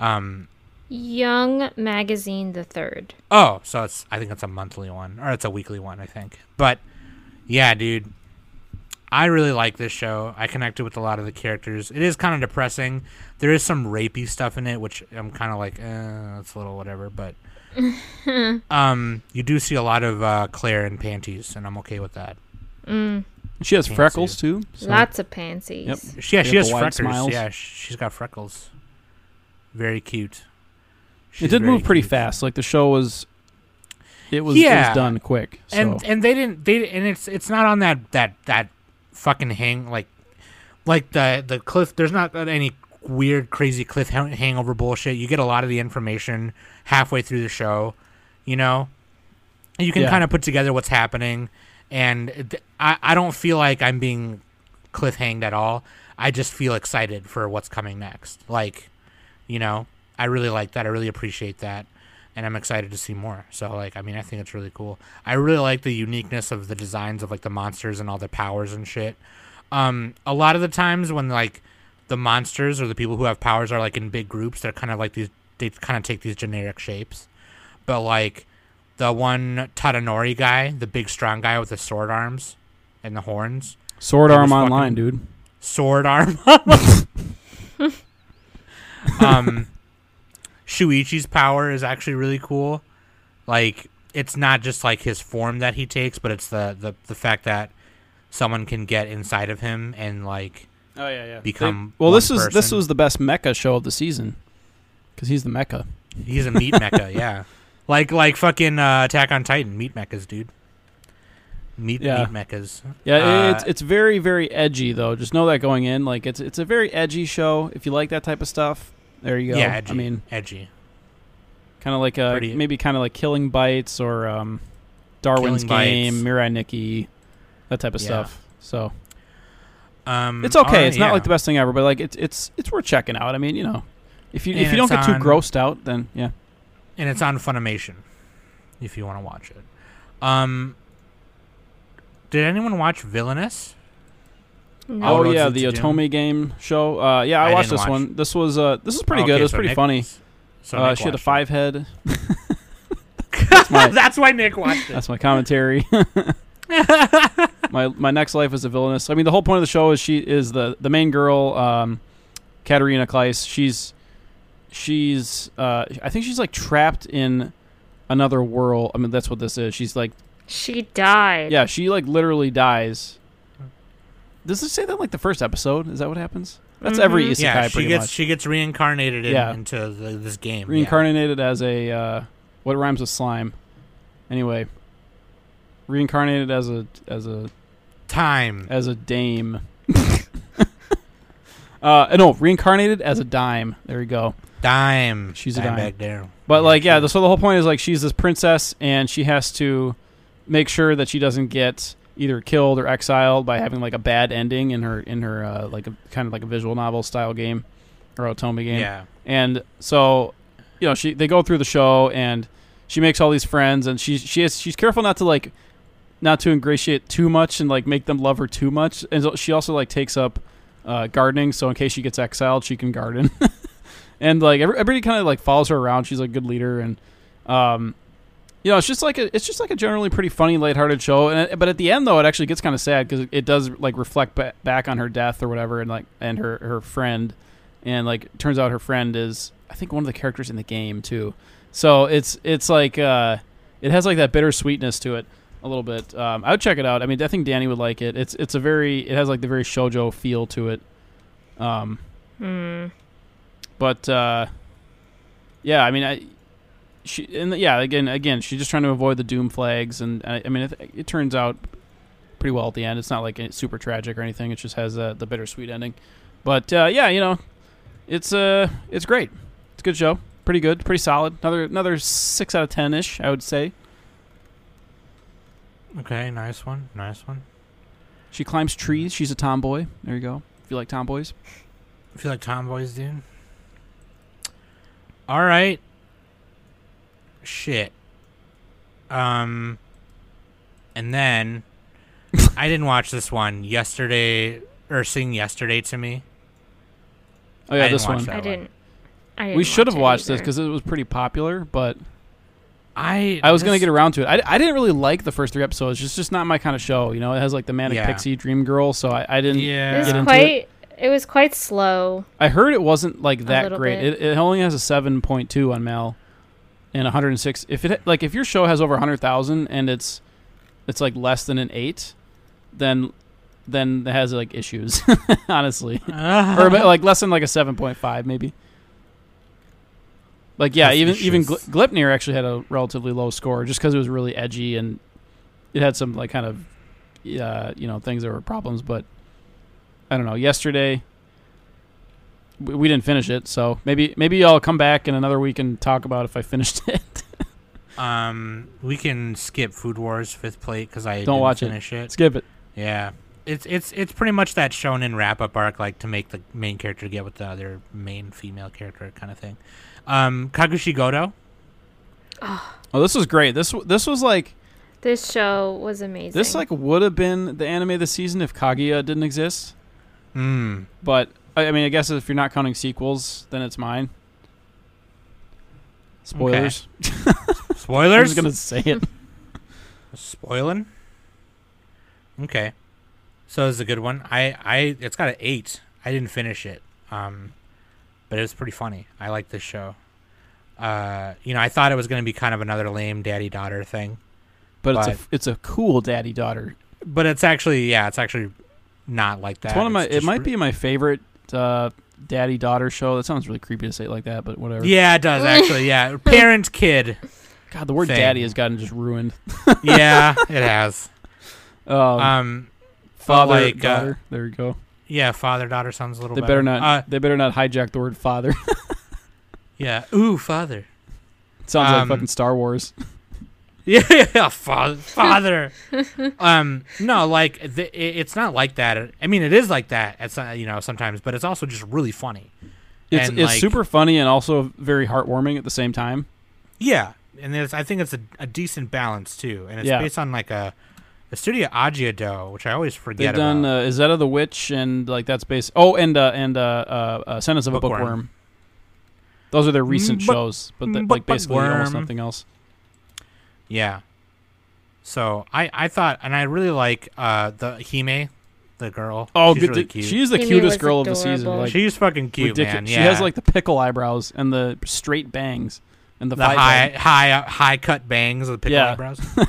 Speaker 3: Um,
Speaker 4: Young Magazine the Third.
Speaker 3: oh, so it's I think it's a monthly one or it's a weekly one, I think. But yeah, dude, I really like this show. I connected with a lot of the characters. It is kind of depressing. There is some rapey stuff in it, which I'm kind of like, eh, it's a little whatever. But um, you do see a lot of uh, Claire in panties, and I'm okay with that.
Speaker 5: She has
Speaker 3: Can't see
Speaker 5: freckles too. so-
Speaker 4: Mm, Lots of pansies.
Speaker 5: Yep.
Speaker 3: She, yeah,
Speaker 5: They
Speaker 3: she
Speaker 5: have
Speaker 3: has
Speaker 5: the wide
Speaker 3: freckles.
Speaker 5: smiles.
Speaker 3: Yeah, sh- she's got freckles. Very cute.
Speaker 5: it
Speaker 3: She's
Speaker 5: did
Speaker 3: very
Speaker 5: move pretty
Speaker 3: cute.
Speaker 5: fast. Like the show was, it was, it
Speaker 3: Yeah.
Speaker 5: was done quick. So.
Speaker 3: and and they didn't they and it's it's not on that that that fucking hang like like the the cliff there's not any weird, crazy cliff hang- hangover bullshit. You get a lot of the information halfway through the show, you know. You can
Speaker 5: Yeah.
Speaker 3: kind of put together what's happening, and th- I I don't feel like I'm being cliffhanged at all. I just feel excited for what's coming next. Like, you know, I really like that. I really appreciate that. And I'm excited to see more. So, like, I mean, I think it's really cool. I really like the uniqueness of the designs of, like, the monsters and all their powers and shit. Um, a lot of the times when, like, the monsters or the people who have powers are, like, in big groups, they're kind of like these, they kind of take these generic shapes. But, like, the one Tadanori guy, the big strong guy with the sword arms and the horns,
Speaker 5: Sword
Speaker 3: That
Speaker 5: Arm
Speaker 3: was fucking-
Speaker 5: Online, dude.
Speaker 3: sword arm. um, Shuichi's power is actually really cool. Like, it's not just like his form that he takes, but it's the the, the fact that someone can get inside of him and like
Speaker 5: Oh yeah, yeah.
Speaker 3: become.
Speaker 5: well, this
Speaker 3: one
Speaker 5: is this
Speaker 3: person.
Speaker 5: was the best mecha show of the season because he's the mecha.
Speaker 3: He's a meat mecha, yeah. Like like fucking uh, Attack on Titan, meat mechas, dude. Meat
Speaker 5: Yeah.
Speaker 3: meat mechas.
Speaker 5: Yeah,
Speaker 3: Uh,
Speaker 5: it it's it's very very edgy though. Just know that going in, like it's it's a very edgy show. If you like that type of stuff, there you go.
Speaker 3: Yeah, edgy.
Speaker 5: I mean,
Speaker 3: edgy.
Speaker 5: kind of like uh
Speaker 3: Pretty-
Speaker 5: maybe kind of like Killing Bites or um, Darwin's
Speaker 3: Killing
Speaker 5: Game,
Speaker 3: Bites.
Speaker 5: Mirai Nikki, that type of
Speaker 3: Yeah.
Speaker 5: stuff. So
Speaker 3: Um,
Speaker 5: it's okay.
Speaker 3: alright,
Speaker 5: it's not
Speaker 3: yeah.
Speaker 5: like the best thing ever, but like it's it's it's worth checking out. I mean, you know, if you
Speaker 3: And
Speaker 5: if you don't
Speaker 3: it's
Speaker 5: get too
Speaker 3: on-
Speaker 5: grossed out, then yeah.
Speaker 3: and it's on Funimation if you want to watch it. Um, did anyone watch Villainous?
Speaker 4: No.
Speaker 3: All
Speaker 5: Oh
Speaker 3: Roads
Speaker 5: yeah,
Speaker 3: Lead
Speaker 5: the
Speaker 3: to Doom.
Speaker 5: Otome game show. Uh, yeah, I,
Speaker 3: I
Speaker 5: watched
Speaker 3: didn't
Speaker 5: this
Speaker 3: watch.
Speaker 5: one. This was uh this was pretty
Speaker 3: Okay,
Speaker 5: good. It was
Speaker 3: so
Speaker 5: pretty
Speaker 3: Nick-
Speaker 5: funny.
Speaker 3: So
Speaker 5: uh,
Speaker 3: Nick
Speaker 5: she had a
Speaker 3: watched it.
Speaker 5: five head. that's my
Speaker 3: That's why Nick watched it.
Speaker 5: that's my commentary. my my next life is a villainess. I mean, the whole point of the show is she is the the main girl, um, Katerina Kleiss. She's she's uh I think she's like trapped in another world. I mean, that's what this is. She's like
Speaker 4: She died.
Speaker 5: yeah, she like literally dies. Does it say that in, like the first episode? Is that what happens? That's every
Speaker 4: Mhm.
Speaker 5: isekai
Speaker 3: yeah, she
Speaker 5: pretty
Speaker 3: gets
Speaker 5: much.
Speaker 3: she gets reincarnated in,
Speaker 5: Yeah.
Speaker 3: into the, this game.
Speaker 5: reincarnated as a uh, what rhymes with slime. Anyway, reincarnated as a as a
Speaker 3: yeah. time.
Speaker 5: as a dame. uh, no, reincarnated as a dime. There you go.
Speaker 3: Dime.
Speaker 5: She's a dime.
Speaker 3: dime back there.
Speaker 5: But like, yeah. So the whole point is like she's this princess, and she has to make sure that she doesn't get either killed or exiled by having like a bad ending in her in her uh, like a, kind of like a visual novel style game or otome game.
Speaker 3: yeah.
Speaker 5: And so, you know, she they go through the show and she makes all these friends and she she is she's careful not to like not to ingratiate too much and like make them love her too much. And so she also like takes up uh, gardening, so in case she gets exiled, she can garden. and like every, everybody kind of like follows her around. She's a good leader and um you know, it's just like a, it's just like a generally pretty funny, lighthearted show. And it, but at the end, though, it actually gets kind of sad because it, it does like reflect ba- back on her death or whatever, and like and her her friend, and like it turns out her friend is I think one of the characters in the game too. So it's it's like uh, it has like that bittersweetness to it a little bit. Um, I would check it out. I mean, I think Danny would like it. It's it's a very it has like the very shojo feel to it. Um,
Speaker 4: Hmm.
Speaker 5: but uh, yeah, I mean, I she and yeah, again, again, she's just trying to avoid the doom flags, and uh, I, I mean, it, it turns out pretty well at the end. It's not like it's super tragic or anything. It just has uh, the bittersweet ending. But uh, yeah, you know, it's uh, it's great. It's a good show. Pretty good. Pretty solid. Another another six out of ten ish, I would say.
Speaker 3: Okay. Nice one. Nice one.
Speaker 5: She climbs trees. She's a tomboy. There you go. If you like tomboys,
Speaker 3: I feel like tomboys, dude. All right. Shit. Um. And then I didn't watch this one yesterday or sing yesterday to me.
Speaker 5: oh yeah,
Speaker 3: I didn't
Speaker 5: this
Speaker 3: watch
Speaker 5: one.
Speaker 3: that
Speaker 4: I didn't. I didn't
Speaker 5: We should have
Speaker 4: watch it
Speaker 5: watched this
Speaker 4: either.
Speaker 5: because it was pretty popular, but
Speaker 3: I
Speaker 5: I was gonna
Speaker 3: this-
Speaker 5: get around to it. I, I didn't really like the first three episodes. It's just not my kind of show. You know, it has like the manic
Speaker 3: Yeah.
Speaker 5: pixie dream girl, so I, I didn't.
Speaker 4: it
Speaker 3: Yeah.
Speaker 4: was
Speaker 5: into it.
Speaker 4: quite. It was quite slow.
Speaker 5: I heard it wasn't like that
Speaker 4: little
Speaker 5: great.
Speaker 4: bit.
Speaker 5: It, it only has a seven point two on Mel, and 106. If it like if your show has over 100,000 and it's it's like less than an eight, then then it has like issues. honestly, or
Speaker 3: Uh-huh.
Speaker 5: about, like less than like a 7.5 maybe. Like yeah,
Speaker 3: Has
Speaker 5: even even
Speaker 3: issues.
Speaker 5: Gl- Glipnir actually had a relatively low score just because it was really edgy and it had some like kind of uh, you know things that were problems. But I don't know. Yesterday, we we didn't finish it, so maybe maybe I'll come back in another week and talk about if I finished it.
Speaker 3: Um, we can skip Food Wars Fifth Plate because I
Speaker 5: Don't
Speaker 3: didn't
Speaker 5: watch it.
Speaker 3: finish it.
Speaker 5: Skip it.
Speaker 3: Yeah, it's it's it's pretty much that shonen wrap up arc, like to make the main character get with the other main female character kind of thing. Um, Kagushi Goto.
Speaker 5: Oh, this was great. This w- this was like
Speaker 4: This show was amazing.
Speaker 5: this like would have been the anime of the season if Kaguya didn't exist.
Speaker 3: Mm.
Speaker 5: But I, I mean, I guess if you're not counting sequels, then it's mine. Spoilers. I
Speaker 3: Spoilers.
Speaker 5: was gonna say it.
Speaker 3: Spoiling. Okay, so it's a good one. I I it's got an eight. I didn't finish it. Um, but it was pretty funny. I like this show. Uh, you know, I thought it was gonna be kind of another lame daddy daughter thing.
Speaker 5: but it's a,
Speaker 3: But-
Speaker 5: f- it's a cool daddy daughter.
Speaker 3: but it's actually yeah, it's actually not like that.
Speaker 5: It's one of my. It
Speaker 3: just
Speaker 5: might
Speaker 3: re-
Speaker 5: be my favorite uh, daddy daughter show. That sounds really creepy to say it like that, but whatever.
Speaker 3: Yeah, it does actually. Yeah, parent kid.
Speaker 5: God, the word
Speaker 3: Thing.
Speaker 5: daddy has gotten just ruined.
Speaker 3: Yeah, it has.
Speaker 5: Um,
Speaker 3: Um,
Speaker 5: father,
Speaker 3: like, uh,
Speaker 5: daughter. there you go.
Speaker 3: yeah, father daughter sounds a little.
Speaker 5: They better
Speaker 3: Uh,
Speaker 5: not. they better not hijack the word father.
Speaker 3: yeah. Ooh, father.
Speaker 5: it sounds like
Speaker 3: um,
Speaker 5: fucking Star Wars.
Speaker 3: Yeah, father. Father. um, no, like th- i- it's not like that. I mean, it is like that at some, you know sometimes, but it's also just really funny.
Speaker 5: It's
Speaker 3: and,
Speaker 5: it's
Speaker 3: like-
Speaker 5: super funny and also very heartwarming at the same time.
Speaker 3: Yeah, and there's I think it's a, a decent balance too, and it's
Speaker 5: Yeah.
Speaker 3: based on like a. The studio Agiado, which I always forget
Speaker 5: They've done
Speaker 3: about.
Speaker 5: uh, Izetta the Witch and like that's based. Oh, and uh, and uh, uh, uh, Sentence of a
Speaker 3: Bookworm.
Speaker 5: Bookworm. Those are their recent
Speaker 3: Mm, but-
Speaker 5: shows, but the,
Speaker 3: mm,
Speaker 5: like
Speaker 3: but
Speaker 5: basically almost
Speaker 3: Bookworm.
Speaker 5: nothing else.
Speaker 3: Yeah. So I I thought, and I really like uh the Hime, the girl.
Speaker 5: Oh,
Speaker 3: she's
Speaker 5: good.
Speaker 3: really
Speaker 5: th-
Speaker 3: cute.
Speaker 5: She is the
Speaker 4: Amy
Speaker 5: cutest
Speaker 4: was
Speaker 5: girl of the season.
Speaker 4: adorable.
Speaker 5: Like
Speaker 3: she's fucking cute,
Speaker 5: ridiculous.
Speaker 3: man. Yeah.
Speaker 5: She has like the pickle eyebrows and the straight bangs and the,
Speaker 3: the
Speaker 5: vibe.
Speaker 3: high high uh, high cut bangs of the pickle
Speaker 5: Yeah.
Speaker 3: eyebrows.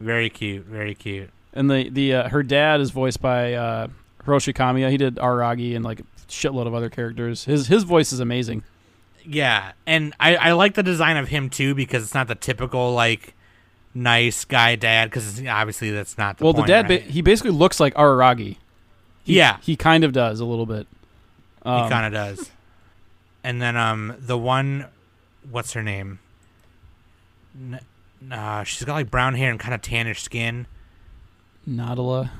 Speaker 3: very cute, very cute.
Speaker 5: And the the uh, her dad is voiced by uh, Hiroshi Kamiya. He did Aragi and like a shitload of other characters. His his voice is amazing.
Speaker 3: Yeah, and I I like the design of him too because it's not the typical like nice guy dad because obviously that's not the
Speaker 5: well,
Speaker 3: point,
Speaker 5: the dad
Speaker 3: right?
Speaker 5: ba- he basically looks like Aragi. He-
Speaker 3: yeah
Speaker 5: he kind of does a little bit. Um,
Speaker 3: he kind of does. And then um the one, what's her name? N- uh, she's got like brown hair and kind of tannish skin.
Speaker 5: Nadala.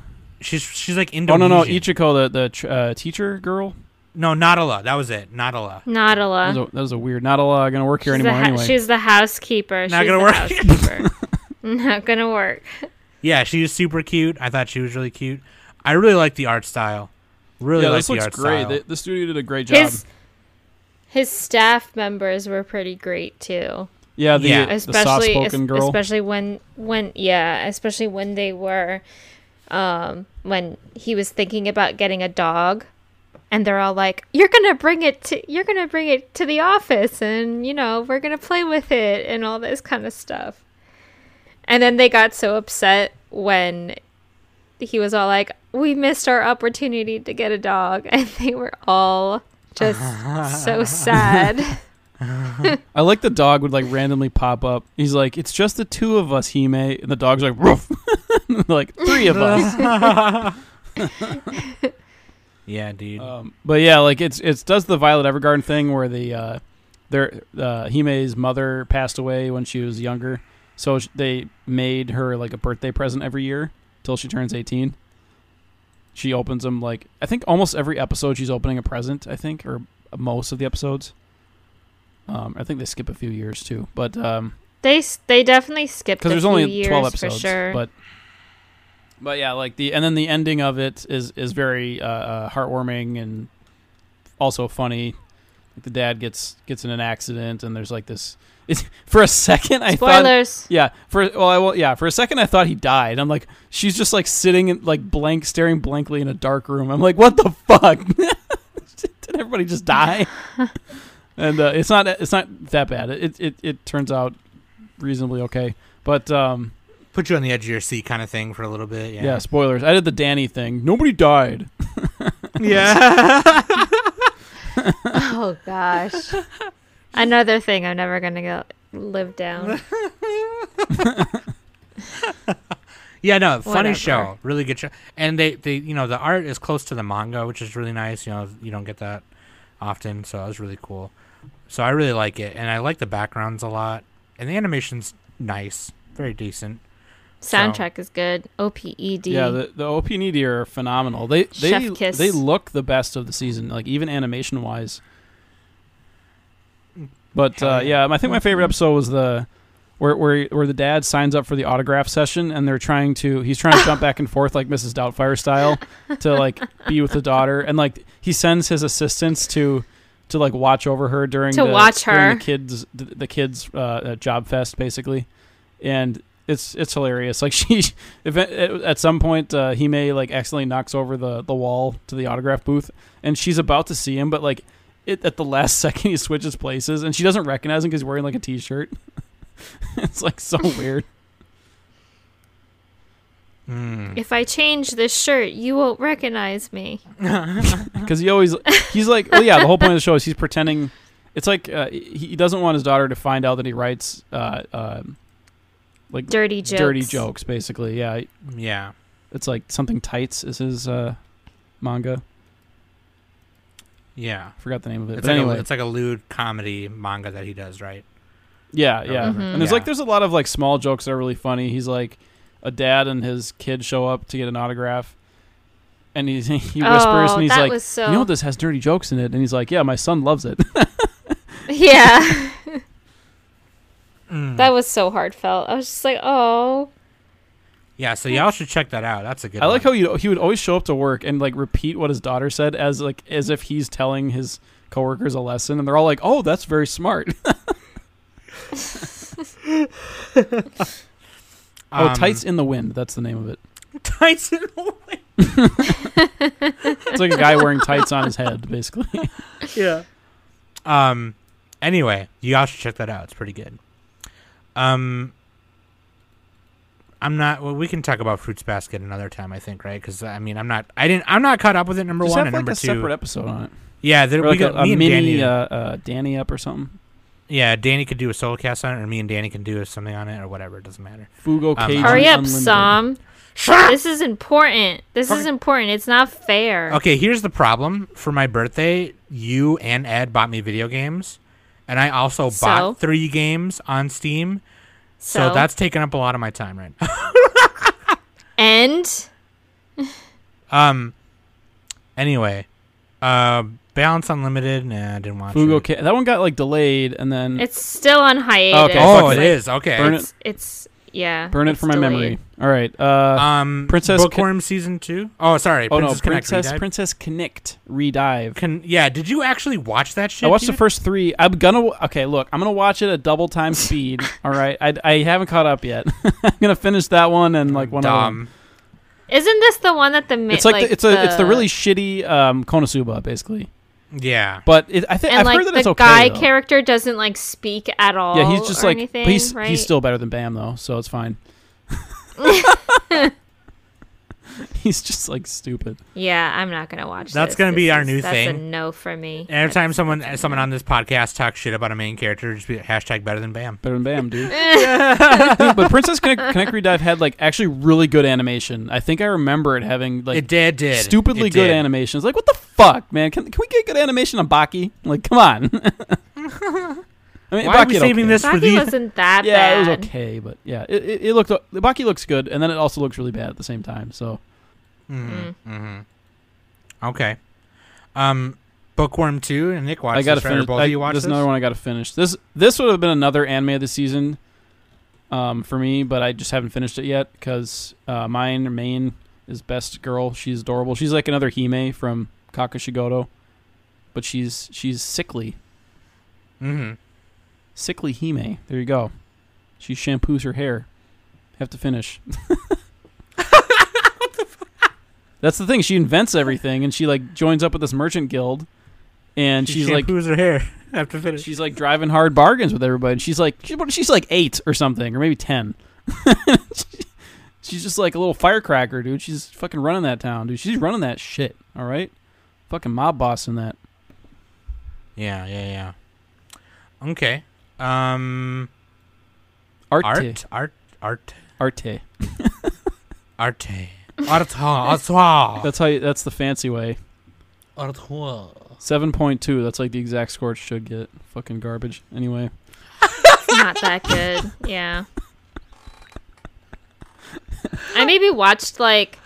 Speaker 3: She's she's like
Speaker 5: Oh no
Speaker 3: Indonesian.
Speaker 5: no Ichiko the the tr- uh, teacher girl.
Speaker 3: No, Nadala. That was it. Nadala.
Speaker 5: That
Speaker 4: Nadala.
Speaker 5: was, a, that was a weird. Nadala gonna work here
Speaker 4: she's, the
Speaker 5: anymore
Speaker 4: ha-
Speaker 5: anyway.
Speaker 4: she's the housekeeper.
Speaker 3: Not
Speaker 4: she's
Speaker 3: gonna
Speaker 4: the
Speaker 3: work.
Speaker 4: Housekeeper. Not gonna work.
Speaker 3: Yeah, she was super cute. I thought she was really cute. I really like the art style. Really
Speaker 5: yeah,
Speaker 3: like
Speaker 5: this
Speaker 3: the
Speaker 5: looks
Speaker 3: art
Speaker 5: great.
Speaker 3: style.
Speaker 5: The, the studio did a great job.
Speaker 4: His his staff members were pretty great too.
Speaker 5: yeah, the,
Speaker 3: Yeah.
Speaker 5: the soft
Speaker 4: especially es-
Speaker 5: spoken girl.
Speaker 4: especially when when yeah especially when they were um when he was thinking about getting a dog and they're all like you're gonna bring it to you're gonna bring it to the office and you know we're gonna play with it and all this kind of stuff and then they got so upset when he was all like we missed our opportunity to get a dog and they were all just so sad
Speaker 5: I like the dog would like randomly pop up. He's like, "It's just the two of us, Hime," and the dog's like, "Roof," like three of us.
Speaker 3: yeah, dude.
Speaker 5: Um, but yeah, like it's it's does the Violet Evergarden thing where the uh, their uh, Hime's mother passed away when she was younger, so sh- they made her like a birthday present every year till she turns eighteen. She opens them like I think almost every episode she's opening a present. I think or most of the episodes. Um, I think they skip a few years too, but um,
Speaker 4: They s- they definitely skipped
Speaker 5: because
Speaker 4: a
Speaker 5: there's
Speaker 4: few
Speaker 5: only
Speaker 4: years
Speaker 5: 12 episodes
Speaker 4: for sure.
Speaker 5: but but yeah like the and then the ending of it is is very uh, uh heartwarming and also funny like the dad gets gets in an accident and there's like this it's, for a second i thought
Speaker 4: Spoilers.
Speaker 5: yeah for well i will yeah for a second i thought he died i'm like she's just like sitting in like blank staring blankly in a dark room i'm like what the fuck did everybody just die and uh, it's not it's not that bad it it, it turns out reasonably okay but um
Speaker 3: Put you on the edge of your seat kind of thing for a little bit.
Speaker 5: yeah.
Speaker 3: Yeah.
Speaker 5: spoilers i did the danny thing nobody died
Speaker 3: Yeah.
Speaker 4: Oh gosh, another thing I'm never gonna go live down.
Speaker 3: yeah, no, funny
Speaker 4: Whatever.
Speaker 3: show. Really good show. And they, they you know, the art is close to the manga, which is really nice. You know, you don't get that often, so that was really cool. So I really like it, and I like the backgrounds a lot, and the animation's nice, very decent.
Speaker 4: Soundtrack is good. E OPED.
Speaker 5: Yeah, the, the OP and ED are phenomenal. They they
Speaker 4: Chef kiss.
Speaker 5: they look the best of the season, like even animation wise. But uh, yeah, I think my favorite episode was the where, where where the dad signs up for the autograph session, and they're trying to he's trying to jump back and forth like Mrs. Doubtfire style to like be with the daughter, and like he sends his assistants to to like watch over her during
Speaker 4: To
Speaker 5: the,
Speaker 4: watch
Speaker 5: during
Speaker 4: her.
Speaker 5: the kids the kids uh, uh, job fest basically, and it's it's hilarious. Like she, if at- at some point uh, he may like accidentally knocks over the the wall to the autograph booth, and she's about to see him, but like it at the last second he switches places, and she doesn't recognize him because he's wearing like a t shirt. it's like so weird.
Speaker 3: Mm.
Speaker 4: if I change this shirt, you won't recognize me.
Speaker 5: because he always he's like well yeah the whole point of the show is he's pretending it's like uh, he he doesn't want his daughter to find out that he writes uh, uh, like
Speaker 4: Dirty jokes.
Speaker 5: dirty jokes basically yeah
Speaker 3: Yeah.
Speaker 5: it's like something tights is his uh, manga
Speaker 3: Yeah.
Speaker 5: forgot the name of it
Speaker 3: It's
Speaker 5: but
Speaker 3: like,
Speaker 5: anyway
Speaker 3: a, it's like a lewd comedy manga that he does, right?
Speaker 5: yeah yeah
Speaker 4: Mhm.
Speaker 5: and there's
Speaker 3: Yeah.
Speaker 5: like there's a lot of like small jokes that are really funny he's like a dad and his kid show up to get an autograph and he's, he whispers
Speaker 4: oh,
Speaker 5: and he's
Speaker 4: that
Speaker 5: like
Speaker 4: was so.
Speaker 5: you know this has dirty jokes in it and he's like yeah my son loves it
Speaker 4: yeah,
Speaker 3: Mm.
Speaker 4: Mm. that was so heartfelt. I was just like, oh,
Speaker 3: yeah. So y'all should check that out. That's a good.
Speaker 5: I like
Speaker 3: one.
Speaker 5: how you he would always show up to work and like repeat what his daughter said as like as if he's telling his coworkers a lesson, and they're all like, "Oh, that's very smart." oh,
Speaker 3: Um,
Speaker 5: tights in the wind. That's the name of it.
Speaker 3: tights in the wind.
Speaker 5: It's like a guy wearing tights on his head, basically.
Speaker 3: yeah. Um. Anyway, you all should check that out. It's pretty good. Um. I'm not. Well, we can talk about Fruits Basket another time, I think, right? Because I mean, I'm not. I didn't. I'm not caught up with it. Number
Speaker 5: Just
Speaker 3: one
Speaker 5: have
Speaker 3: and
Speaker 5: like
Speaker 3: number
Speaker 5: a
Speaker 3: two.
Speaker 5: separate episode on it,
Speaker 3: yeah, there
Speaker 5: or
Speaker 3: we
Speaker 5: like
Speaker 3: got
Speaker 5: a, a
Speaker 3: me and
Speaker 5: mini
Speaker 3: Danny.
Speaker 5: uh, uh, Danny up or something.
Speaker 3: yeah, Danny could do a solo cast on it, or me and Danny can do something on it, or whatever. It doesn't matter.
Speaker 5: Fugo
Speaker 3: Um,
Speaker 5: Cajun
Speaker 4: hurry up,
Speaker 5: Unlimited.
Speaker 4: Sam. This is important. This is important. It's not fair.
Speaker 3: Okay, here's the problem. For my birthday, you and Ed bought me video games, and I also
Speaker 4: So?
Speaker 3: bought three games on Steam. So,
Speaker 4: So,
Speaker 3: that's taking up a lot of my time right now.
Speaker 4: and
Speaker 3: um. Anyway, uh, Balance Unlimited. Nah, I didn't watch
Speaker 5: Fugo
Speaker 3: it.
Speaker 5: Ca- that one got like delayed, and then
Speaker 4: it's still on hiatus.
Speaker 5: Okay,
Speaker 3: oh,
Speaker 5: fuck
Speaker 3: it
Speaker 5: it.
Speaker 3: is okay.
Speaker 5: Burn
Speaker 4: It's, it's yeah.
Speaker 5: burn it
Speaker 4: it's
Speaker 5: for my
Speaker 4: delayed.
Speaker 5: memory. All right. Uh,
Speaker 3: Um,
Speaker 5: Princess
Speaker 3: Bookworm season two. Oh, sorry.
Speaker 5: oh no,
Speaker 3: Princess Connect
Speaker 5: Princess
Speaker 3: Redive.
Speaker 5: Princess Connect redive.
Speaker 3: Can yeah? Did you actually watch that shit?
Speaker 5: I watched
Speaker 3: dude?
Speaker 5: the first three. I'm gonna okay. Look, I'm gonna watch it at double time speed. all right, I, I haven't caught up yet. I'm gonna finish that one and like one of them.
Speaker 3: Dumb.
Speaker 4: Isn't this the one that the ma-
Speaker 5: It's like, the, it's a it's the really shitty um, Konosuba basically.
Speaker 3: Yeah.
Speaker 5: But it, I think
Speaker 4: and
Speaker 5: I've
Speaker 4: like
Speaker 5: heard that
Speaker 4: the
Speaker 5: it's okay.
Speaker 4: guy
Speaker 5: though.
Speaker 4: character doesn't like speak at all.
Speaker 5: yeah, he's just
Speaker 4: or
Speaker 5: like
Speaker 4: anything,
Speaker 5: but he's
Speaker 4: right?
Speaker 5: he's still better than Bam though, so it's fine. he's just like stupid.
Speaker 4: Yeah, I'm not gonna watch.
Speaker 3: That's
Speaker 4: this.
Speaker 3: gonna be
Speaker 4: This
Speaker 3: our
Speaker 4: is-
Speaker 3: new
Speaker 4: that's a
Speaker 3: thing.
Speaker 4: no for me.
Speaker 3: Every time someone someone on this podcast talks shit about a main character, just be hashtag better than Bam.
Speaker 5: Better than Bam, dude. Dude, but Princess Connect, Connect Redive had like actually really good animation. I think I remember it having like
Speaker 3: it did, did
Speaker 5: stupidly
Speaker 3: It
Speaker 5: good
Speaker 3: did.
Speaker 5: animations. Like, what the fuck, man? Can, can we get good animation on Baki? Like, come on. I mean,
Speaker 3: Why are
Speaker 5: Baki
Speaker 3: we
Speaker 5: had
Speaker 3: saving
Speaker 5: okay.
Speaker 3: this for
Speaker 4: Rocky
Speaker 3: the?
Speaker 4: wasn't that
Speaker 5: Yeah, it was
Speaker 4: bad.
Speaker 5: okay, but yeah, it, it, it looked the Baki looks good, and then it also looks really bad at the same time. So
Speaker 3: Mm, mhm. Okay. Um, Bookworm two and Nick watched.
Speaker 5: I gotta
Speaker 3: this, right? Or
Speaker 5: finish.
Speaker 3: Both
Speaker 5: I,
Speaker 3: of you watched
Speaker 5: this
Speaker 3: this.
Speaker 5: is another one I gotta finish. This this would have been another anime of the season, um, for me, but I just haven't finished it yet because uh, mine main is best girl. She's adorable. She's like another Hime from Kakushigoto, but she's she's sickly.
Speaker 3: Mm-hmm.
Speaker 5: Sickly Hime. There you go. She shampoos her hair. Have to finish. That's the thing. She invents everything, and she like joins up with this merchant guild, and she's like
Speaker 3: shampoos her hair after finish.
Speaker 5: she's like driving hard bargains with everybody. And she's like she's, what- she's like eight or something, or maybe ten. she's just like a little firecracker, dude. She's fucking running that town, dude. She's running that shit. All right, fucking mob boss in that.
Speaker 3: Yeah, yeah, yeah. Okay. Um,
Speaker 5: Arte.
Speaker 3: art, art, art,
Speaker 5: Arte.
Speaker 3: arte, arte, arte,
Speaker 5: That's how. You, that's the fancy way.
Speaker 3: arte.
Speaker 5: Seven point two. That's like the exact score it should get. Fucking garbage. Anyway,
Speaker 4: It's not that good. Yeah. I maybe watched like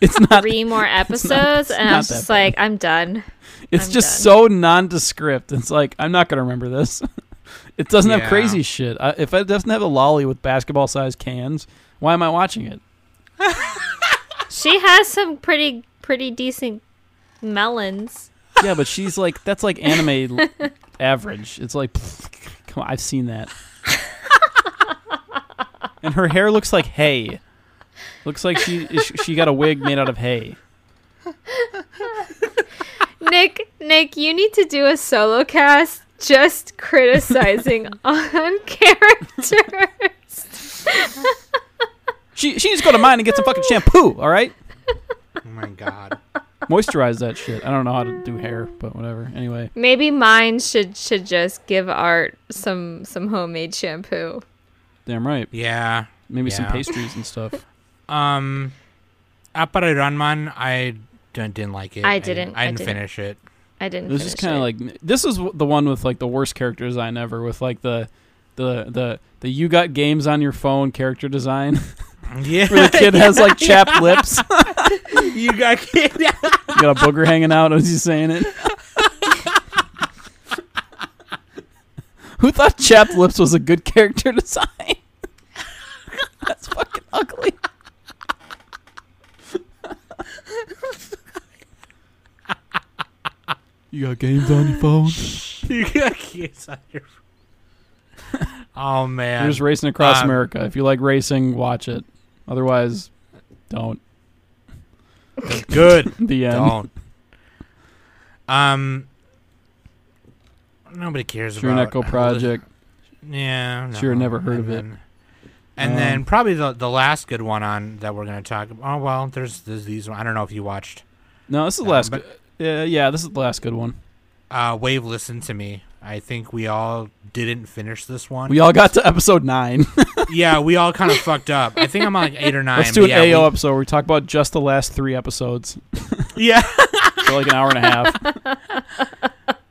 Speaker 5: it's not.
Speaker 4: three more episodes, and
Speaker 5: not
Speaker 4: I was
Speaker 5: that
Speaker 4: just
Speaker 5: bad.
Speaker 4: like, I'm done.
Speaker 5: It's
Speaker 4: I'm
Speaker 5: just
Speaker 4: done.
Speaker 5: so nondescript. It's like I'm not gonna remember this. it doesn't
Speaker 3: Yeah.
Speaker 5: have crazy shit. I, if it doesn't have a lolly with basketball-sized cans, why am I watching it?
Speaker 4: She has some pretty pretty decent melons.
Speaker 5: Yeah, but she's like that's like anime l- average. It's like pfft, come on, I've seen that. and her hair looks like hay. Looks like she is- she got a wig made out of hay.
Speaker 4: Nick, Nick, you need to do a solo cast just criticizing on characters.
Speaker 5: She she needs to go to mine and get some fucking shampoo. All right,
Speaker 3: Oh my god.
Speaker 5: moisturize that shit. I don't know how to do hair, but whatever. Anyway,
Speaker 4: Maybe mine should should just give art some some homemade shampoo.
Speaker 5: damn right.
Speaker 3: Yeah.
Speaker 5: Maybe some
Speaker 3: Yeah.
Speaker 5: pastries and stuff.
Speaker 3: Um, Apare Ranman, I don't, didn't like it.
Speaker 4: I didn't-
Speaker 3: I
Speaker 4: I
Speaker 3: didn't,
Speaker 4: didn't.
Speaker 3: finish it.
Speaker 4: I didn't.
Speaker 5: This is
Speaker 4: finish
Speaker 5: kind
Speaker 4: it.
Speaker 5: of like this is w- the one with like the worst character design ever. With like the the the the you got games on your phone character design.
Speaker 3: Yeah.
Speaker 5: Where the kid has like chapped lips. you
Speaker 3: you got kid.
Speaker 5: got a booger hanging out as he's saying it. Who thought chapped lips was a good character design? That's fucking ugly. you got games on your phone.
Speaker 3: Oh, you got kids on your. Oh man.
Speaker 5: You're just racing across
Speaker 3: Um,
Speaker 5: America. If you like racing, watch it. Otherwise, don't.
Speaker 3: That's good.
Speaker 5: The end.
Speaker 3: Don't. Um. Nobody cares
Speaker 5: True
Speaker 3: about
Speaker 5: Echo Project.
Speaker 3: Yeah.
Speaker 5: Sure,
Speaker 3: no.
Speaker 5: never heard
Speaker 3: And
Speaker 5: of it.
Speaker 3: then- And
Speaker 5: Um,
Speaker 3: then probably the the last good one on that we're gonna talk. about. Oh well, there's, there's these. one- I don't know if you watched.
Speaker 5: No, this is the
Speaker 3: Uh,
Speaker 5: last.
Speaker 3: but-
Speaker 5: good- uh, yeah, this is the last good one.
Speaker 3: Uh, Wave, listen to me. I think we all didn't finish this one.
Speaker 5: We all got to episode nine.
Speaker 3: yeah, we all kind of fucked up. I think I'm on like eight or nine.
Speaker 5: Let's do
Speaker 3: but
Speaker 5: an
Speaker 3: yeah,
Speaker 5: AO episode. Where we talk about just the last three episodes
Speaker 3: We, yeah,
Speaker 5: for like an hour and a half.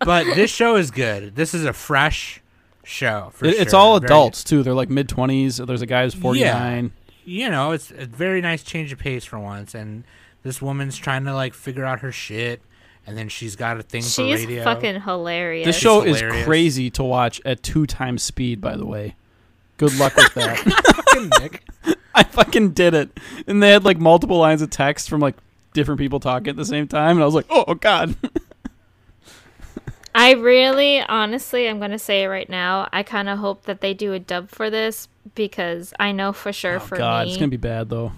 Speaker 3: but this show is good. This is a fresh show. For
Speaker 5: It- It's
Speaker 3: sure.
Speaker 5: all
Speaker 3: Very-
Speaker 5: adults too. They're like mid twenties. There's a guy who's forty nine.
Speaker 3: you know, it's a very nice change of pace for once. And this woman's trying to like figure out her shit, and then she's got a thing for
Speaker 4: She's
Speaker 3: radio.
Speaker 4: fucking hilarious.
Speaker 5: This show
Speaker 3: It's
Speaker 5: is
Speaker 3: hilarious.
Speaker 5: crazy to watch at two times speed. By the way, good luck with that.
Speaker 3: Fucking Nick.
Speaker 5: I fucking did it, and they had like multiple lines of text from like different people talking at the same time, and I was like, oh god.
Speaker 4: I really, honestly, I'm gonna say it right now. I kind of hope that they do a dub for this because I know for sure for
Speaker 5: Oh, God,
Speaker 4: me,
Speaker 5: it's gonna be bad though.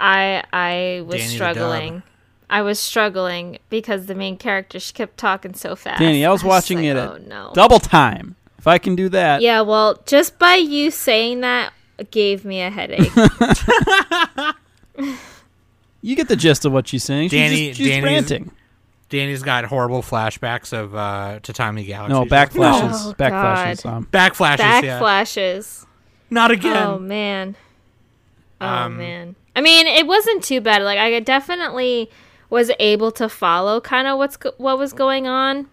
Speaker 4: I I was
Speaker 3: Danny the dub.
Speaker 4: struggling. I was struggling because the main character she kept talking so fast.
Speaker 5: Danny, I was watching
Speaker 4: like,
Speaker 5: it
Speaker 4: Oh
Speaker 5: at
Speaker 4: no.
Speaker 5: Double time. If I can do that,
Speaker 4: yeah, well, just by you saying that gave me a headache.
Speaker 5: you get the gist of what she's saying. She's
Speaker 3: Danny-
Speaker 5: just- she's
Speaker 3: Danny's-
Speaker 5: ranting.
Speaker 3: Danny's got horrible flashbacks of uh, Tatami Galaxy.
Speaker 5: No, backflashes.
Speaker 4: No.
Speaker 5: backflashes.
Speaker 4: Oh, God.
Speaker 5: Um,
Speaker 3: backflashes.
Speaker 4: Back
Speaker 3: yeah.
Speaker 4: flashes.
Speaker 3: Not again.
Speaker 4: Oh man. Oh
Speaker 3: Um,
Speaker 4: man. I mean, it wasn't too bad. Like I definitely was able to follow kind of what's go- what was going on.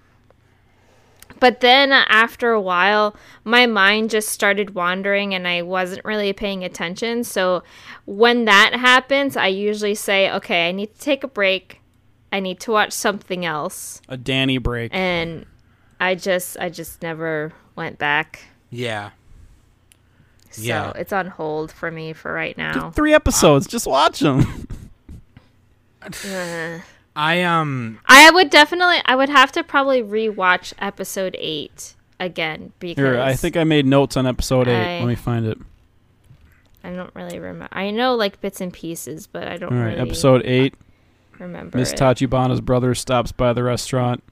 Speaker 4: But then uh, after a while, my mind just started wandering and I wasn't really paying attention. So when that happens, I usually say, "Okay, I need to take a break. I need to watch something else."
Speaker 5: a Danny break.
Speaker 4: And I just I just never went back.
Speaker 3: yeah.
Speaker 4: So
Speaker 3: Yeah.
Speaker 4: it's on hold for me for right now.
Speaker 5: Three episodes. just watch them.
Speaker 4: Ugh.
Speaker 3: I um.
Speaker 4: Uh-huh. I would definitely. I would have to probably rewatch episode eight again because
Speaker 5: Here, I think I made notes on episode eight.
Speaker 4: I-
Speaker 5: Let me find it.
Speaker 4: I don't really remember. I know like bits and pieces, but I don't
Speaker 5: All right,
Speaker 4: really
Speaker 5: episode eight.
Speaker 4: remember.
Speaker 5: Miss
Speaker 4: it.
Speaker 5: Tachibana's brother stops by the restaurant,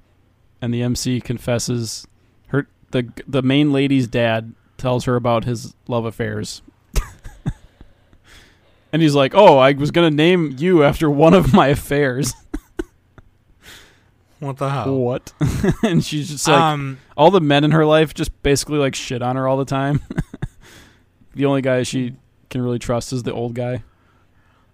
Speaker 5: and the MC confesses. Her the the main lady's dad tells her about his love affairs. and he's like, "Oh, I was gonna name you after one of my affairs."
Speaker 3: What the hell?
Speaker 5: What? and she's just like,
Speaker 3: Oh. um.
Speaker 5: all the men in her life just basically like shit on her all the time. the only guy she can really trust is the old guy.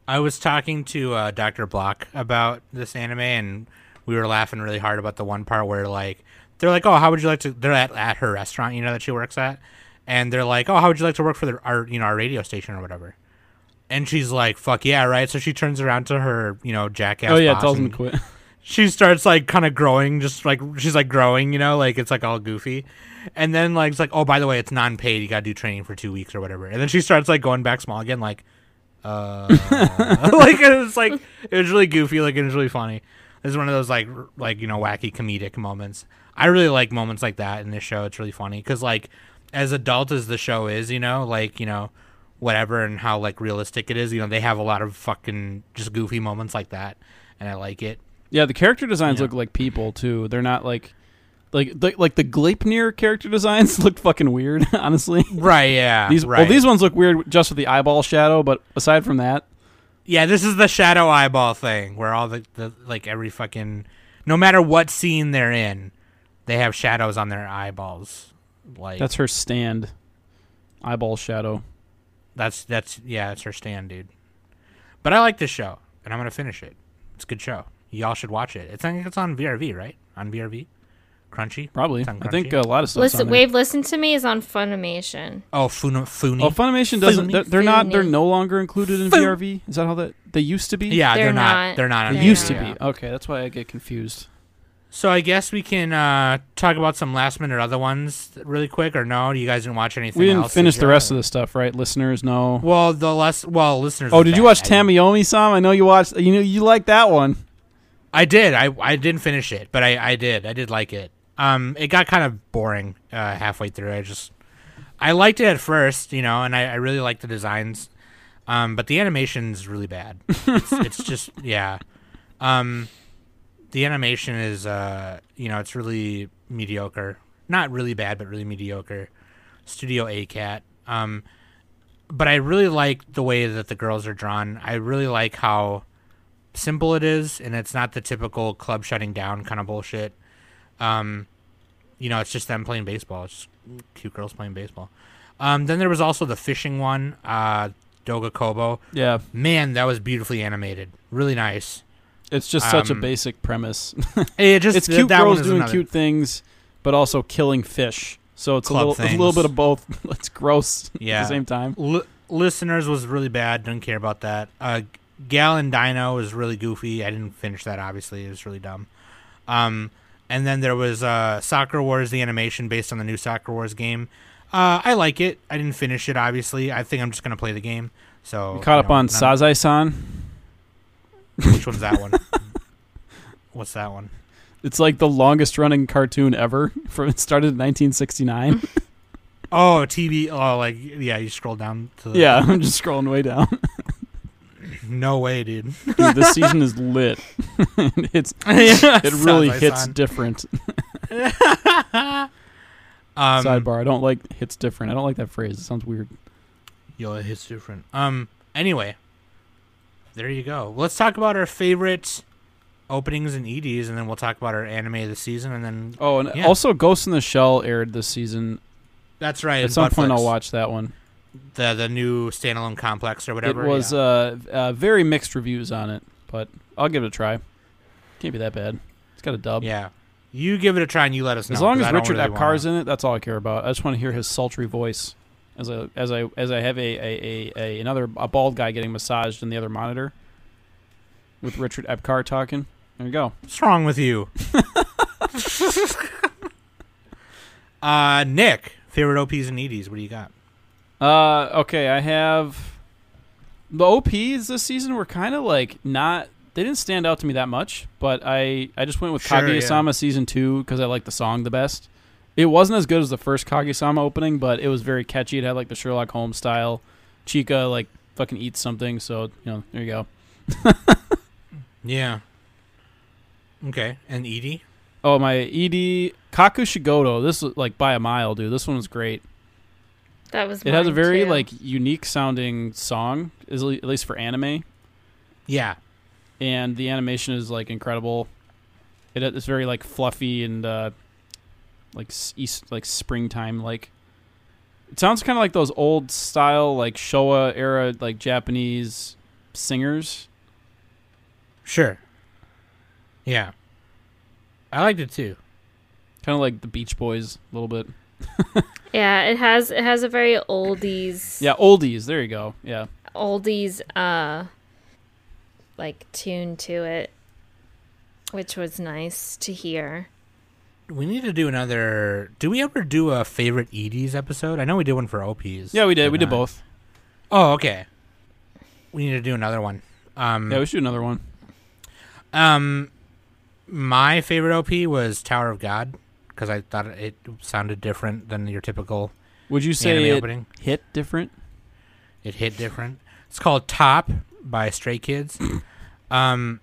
Speaker 3: I was talking to uh, Dr. Block about this anime, and we were laughing really hard about the one part where like they're like, oh, how would you like to? They're at, at her restaurant, you know, that she works at, and they're like, oh, how would you like to work for the, our you know our radio station or whatever? And she's like, fuck yeah, right? So she turns around to her you know jackass.
Speaker 5: Oh yeah,
Speaker 3: boss
Speaker 5: tells him
Speaker 3: and
Speaker 5: to quit.
Speaker 3: she starts like kind of growing, just like she's like growing, you know, like it's like all goofy. And then like it's like, oh, by the way, it's non paid. You got to do training for two weeks or whatever. And then she starts like going back small again, like, uh, like it was like it was really goofy, like it was really funny. This is one of those like r- like you know wacky comedic moments. I really like moments like that in this show. It's really funny because like as adult as the show is, you know, like you know whatever and how like realistic it is. You know, they have a lot of fucking just goofy moments like that, and I like it.
Speaker 5: Yeah, the character designs
Speaker 3: Yeah.
Speaker 5: look like people too. They're not like like the, like the Gleipnir character designs look fucking weird. Honestly,
Speaker 3: Right, yeah.
Speaker 5: these
Speaker 3: Ah, right.
Speaker 5: well these ones look weird just with the eyeball shadow, but aside from that,
Speaker 3: Yeah, this is the shadow eyeball thing where all the, the like every fucking no matter what scene they're in, they have shadows on their eyeballs. Like
Speaker 5: that's her stand. Eyeball shadow.
Speaker 3: that's that's yeah, it's her stand, dude. But I like this show and I'm gonna finish it. It's a good show. Y'all should watch it. It's I think it's on VRV, right? On VRV? Crunchy?
Speaker 5: Probably.
Speaker 3: It's on
Speaker 5: I think
Speaker 3: Crunchy?
Speaker 5: a lot of stuff.
Speaker 4: Listen, Wave, listen to me is on Funimation.
Speaker 3: Oh Funa Funi.
Speaker 5: Well, Funimation doesn't.
Speaker 3: Funny.
Speaker 5: They're, they're not. They're
Speaker 4: Funny.
Speaker 5: no longer included in
Speaker 3: Fun-
Speaker 5: VRV. Is that how that they used to be?
Speaker 3: yeah, they're,
Speaker 4: They're
Speaker 3: not,
Speaker 4: not.
Speaker 3: they're not on
Speaker 5: They
Speaker 4: Yeah.
Speaker 5: used
Speaker 3: VRV.
Speaker 5: to be. Okay, that's why I get confused.
Speaker 3: So I guess we can uh, talk about some last minute other ones really quick, or no? You guys didn't watch anything.
Speaker 5: We didn't
Speaker 3: else,
Speaker 5: finish
Speaker 3: did
Speaker 5: the
Speaker 3: you?
Speaker 5: rest of the stuff, right? Listeners, no.
Speaker 3: Well, the less well listeners.
Speaker 5: Oh,
Speaker 3: was
Speaker 5: did you
Speaker 3: bad.
Speaker 5: watch
Speaker 3: I didn't-
Speaker 5: Tamiyomi Sam? I know you watched. You know you like that one.
Speaker 3: I did. I I didn't finish it, but I I did. I did like it. Um, it got kind of boring uh, halfway through. I just I liked it at first, you know, and I, I really liked the designs, um, but the animation's really bad. It's, it's just yeah, um, the animation is uh you know it's really mediocre. Not really bad, but really mediocre. Studio A Cat. Um, but I really like the way that the girls are drawn. I really like how simple it is, and it's not the typical club shutting down kind of bullshit. Um, you know, it's just them playing baseball. It's just cute girls playing baseball. Um, then there was also the fishing one, uh, Doga Kobo.
Speaker 5: Yeah,
Speaker 3: Man, that was beautifully animated. Really nice.
Speaker 5: it's just such a
Speaker 3: Um,
Speaker 5: basic premise.
Speaker 3: It just
Speaker 5: it's
Speaker 3: th-
Speaker 5: cute
Speaker 3: that one
Speaker 5: girls
Speaker 3: is
Speaker 5: doing
Speaker 3: another-
Speaker 5: cute things, but also killing fish. So it's a
Speaker 3: Club
Speaker 5: little, it's a little
Speaker 3: things.
Speaker 5: bit of both. it's gross at
Speaker 3: Yeah.
Speaker 5: the same time.
Speaker 3: L- listeners was really bad. Don't care about that. Uh, Gal and Dino was really goofy. I didn't finish that. Obviously, it was really dumb. Um, and then there was uh, Soccer Wars, the animation based on the new Soccer Wars game. Uh, I like it. I didn't finish it. Obviously, I think I'm just gonna play the game. So
Speaker 5: We caught
Speaker 3: you
Speaker 5: up
Speaker 3: know,
Speaker 5: on
Speaker 3: none-
Speaker 5: Sazai-san.
Speaker 3: Which one's that one? What's that one?
Speaker 5: It's like the longest running cartoon ever. From it started in 1969.
Speaker 3: Oh, TV. Oh, like yeah. You scroll down to the,
Speaker 5: yeah, I'm just scrolling way down.
Speaker 3: No way, dude.
Speaker 5: Dude, this season is lit. it's it really hits different.
Speaker 3: um,
Speaker 5: Sidebar: I don't like hits different. I don't like that phrase. It sounds weird.
Speaker 3: Yo, it hits different. Um. Anyway, there you go. Let's talk about our favorite openings and EDs, and then we'll talk about our anime of the season, and then
Speaker 5: Oh, and
Speaker 3: Yeah.
Speaker 5: also Ghost in the Shell aired this season.
Speaker 3: that's right.
Speaker 5: At some point,
Speaker 3: Buttflix,
Speaker 5: I'll watch that one.
Speaker 3: the the new standalone complex or whatever.
Speaker 5: it was
Speaker 3: yeah.
Speaker 5: uh, uh, very mixed reviews on it, but I'll give it a try. Can't be that bad. It's got a dub.
Speaker 3: Yeah. You give it a try and you let us know.
Speaker 5: uh, As long
Speaker 3: 'cause
Speaker 5: as
Speaker 3: I don't
Speaker 5: Richard
Speaker 3: really wanna-
Speaker 5: Epcar's in it, that's all I care about. I just want to hear his sultry voice as I as I as I have a, a, a, a another a bald guy getting massaged in the other monitor with Richard Epcar talking. There you go.
Speaker 3: What's wrong with you? uh, Nick, favorite OPs and EDs. What do you got?
Speaker 5: Uh, okay, I have the OPs this season were kind of like not they didn't stand out to me that much, but I I just went with
Speaker 3: Sure,
Speaker 5: Kaguya-sama season 2 cuz I like the song the best. It wasn't as good as the first Kaguya-sama opening, but it was very catchy. It had like the Sherlock Holmes style. Chica like fucking eats something, so you know, there you go.
Speaker 3: Yeah. Okay, and E ED.
Speaker 5: Oh, my ED Kaku Shigoto. This was like by a mile, dude. This one was great.
Speaker 4: That was.
Speaker 5: It has a
Speaker 4: mine,
Speaker 5: very
Speaker 4: too.
Speaker 5: like unique sounding song, is at least for anime.
Speaker 3: Yeah.
Speaker 5: and the animation is like incredible. It, it's very like fluffy and uh, like s- east like springtime like. It sounds kind of like those old style like Showa era like Japanese singers.
Speaker 3: Sure. Yeah. I liked it too.
Speaker 5: Kind of like the Beach Boys a little bit.
Speaker 4: Yeah, it has it has a very oldies
Speaker 5: Yeah, oldies. There you go. Yeah.
Speaker 4: oldies uh like tune to it, which was nice to hear.
Speaker 3: We need to do another. Do we ever do a favorite EDs episode? I know we did one for OPs.
Speaker 5: Yeah, we did. We did
Speaker 3: not?
Speaker 5: both.
Speaker 3: Oh, okay. We need to do another one. Um,
Speaker 5: Yeah, we should do another one.
Speaker 3: um, my favorite OP was Tower of God because I thought it sounded different than your typical
Speaker 5: Would you
Speaker 3: anime
Speaker 5: say it
Speaker 3: opening.
Speaker 5: hit different?
Speaker 3: It hit different. It's called Top by Stray Kids. um,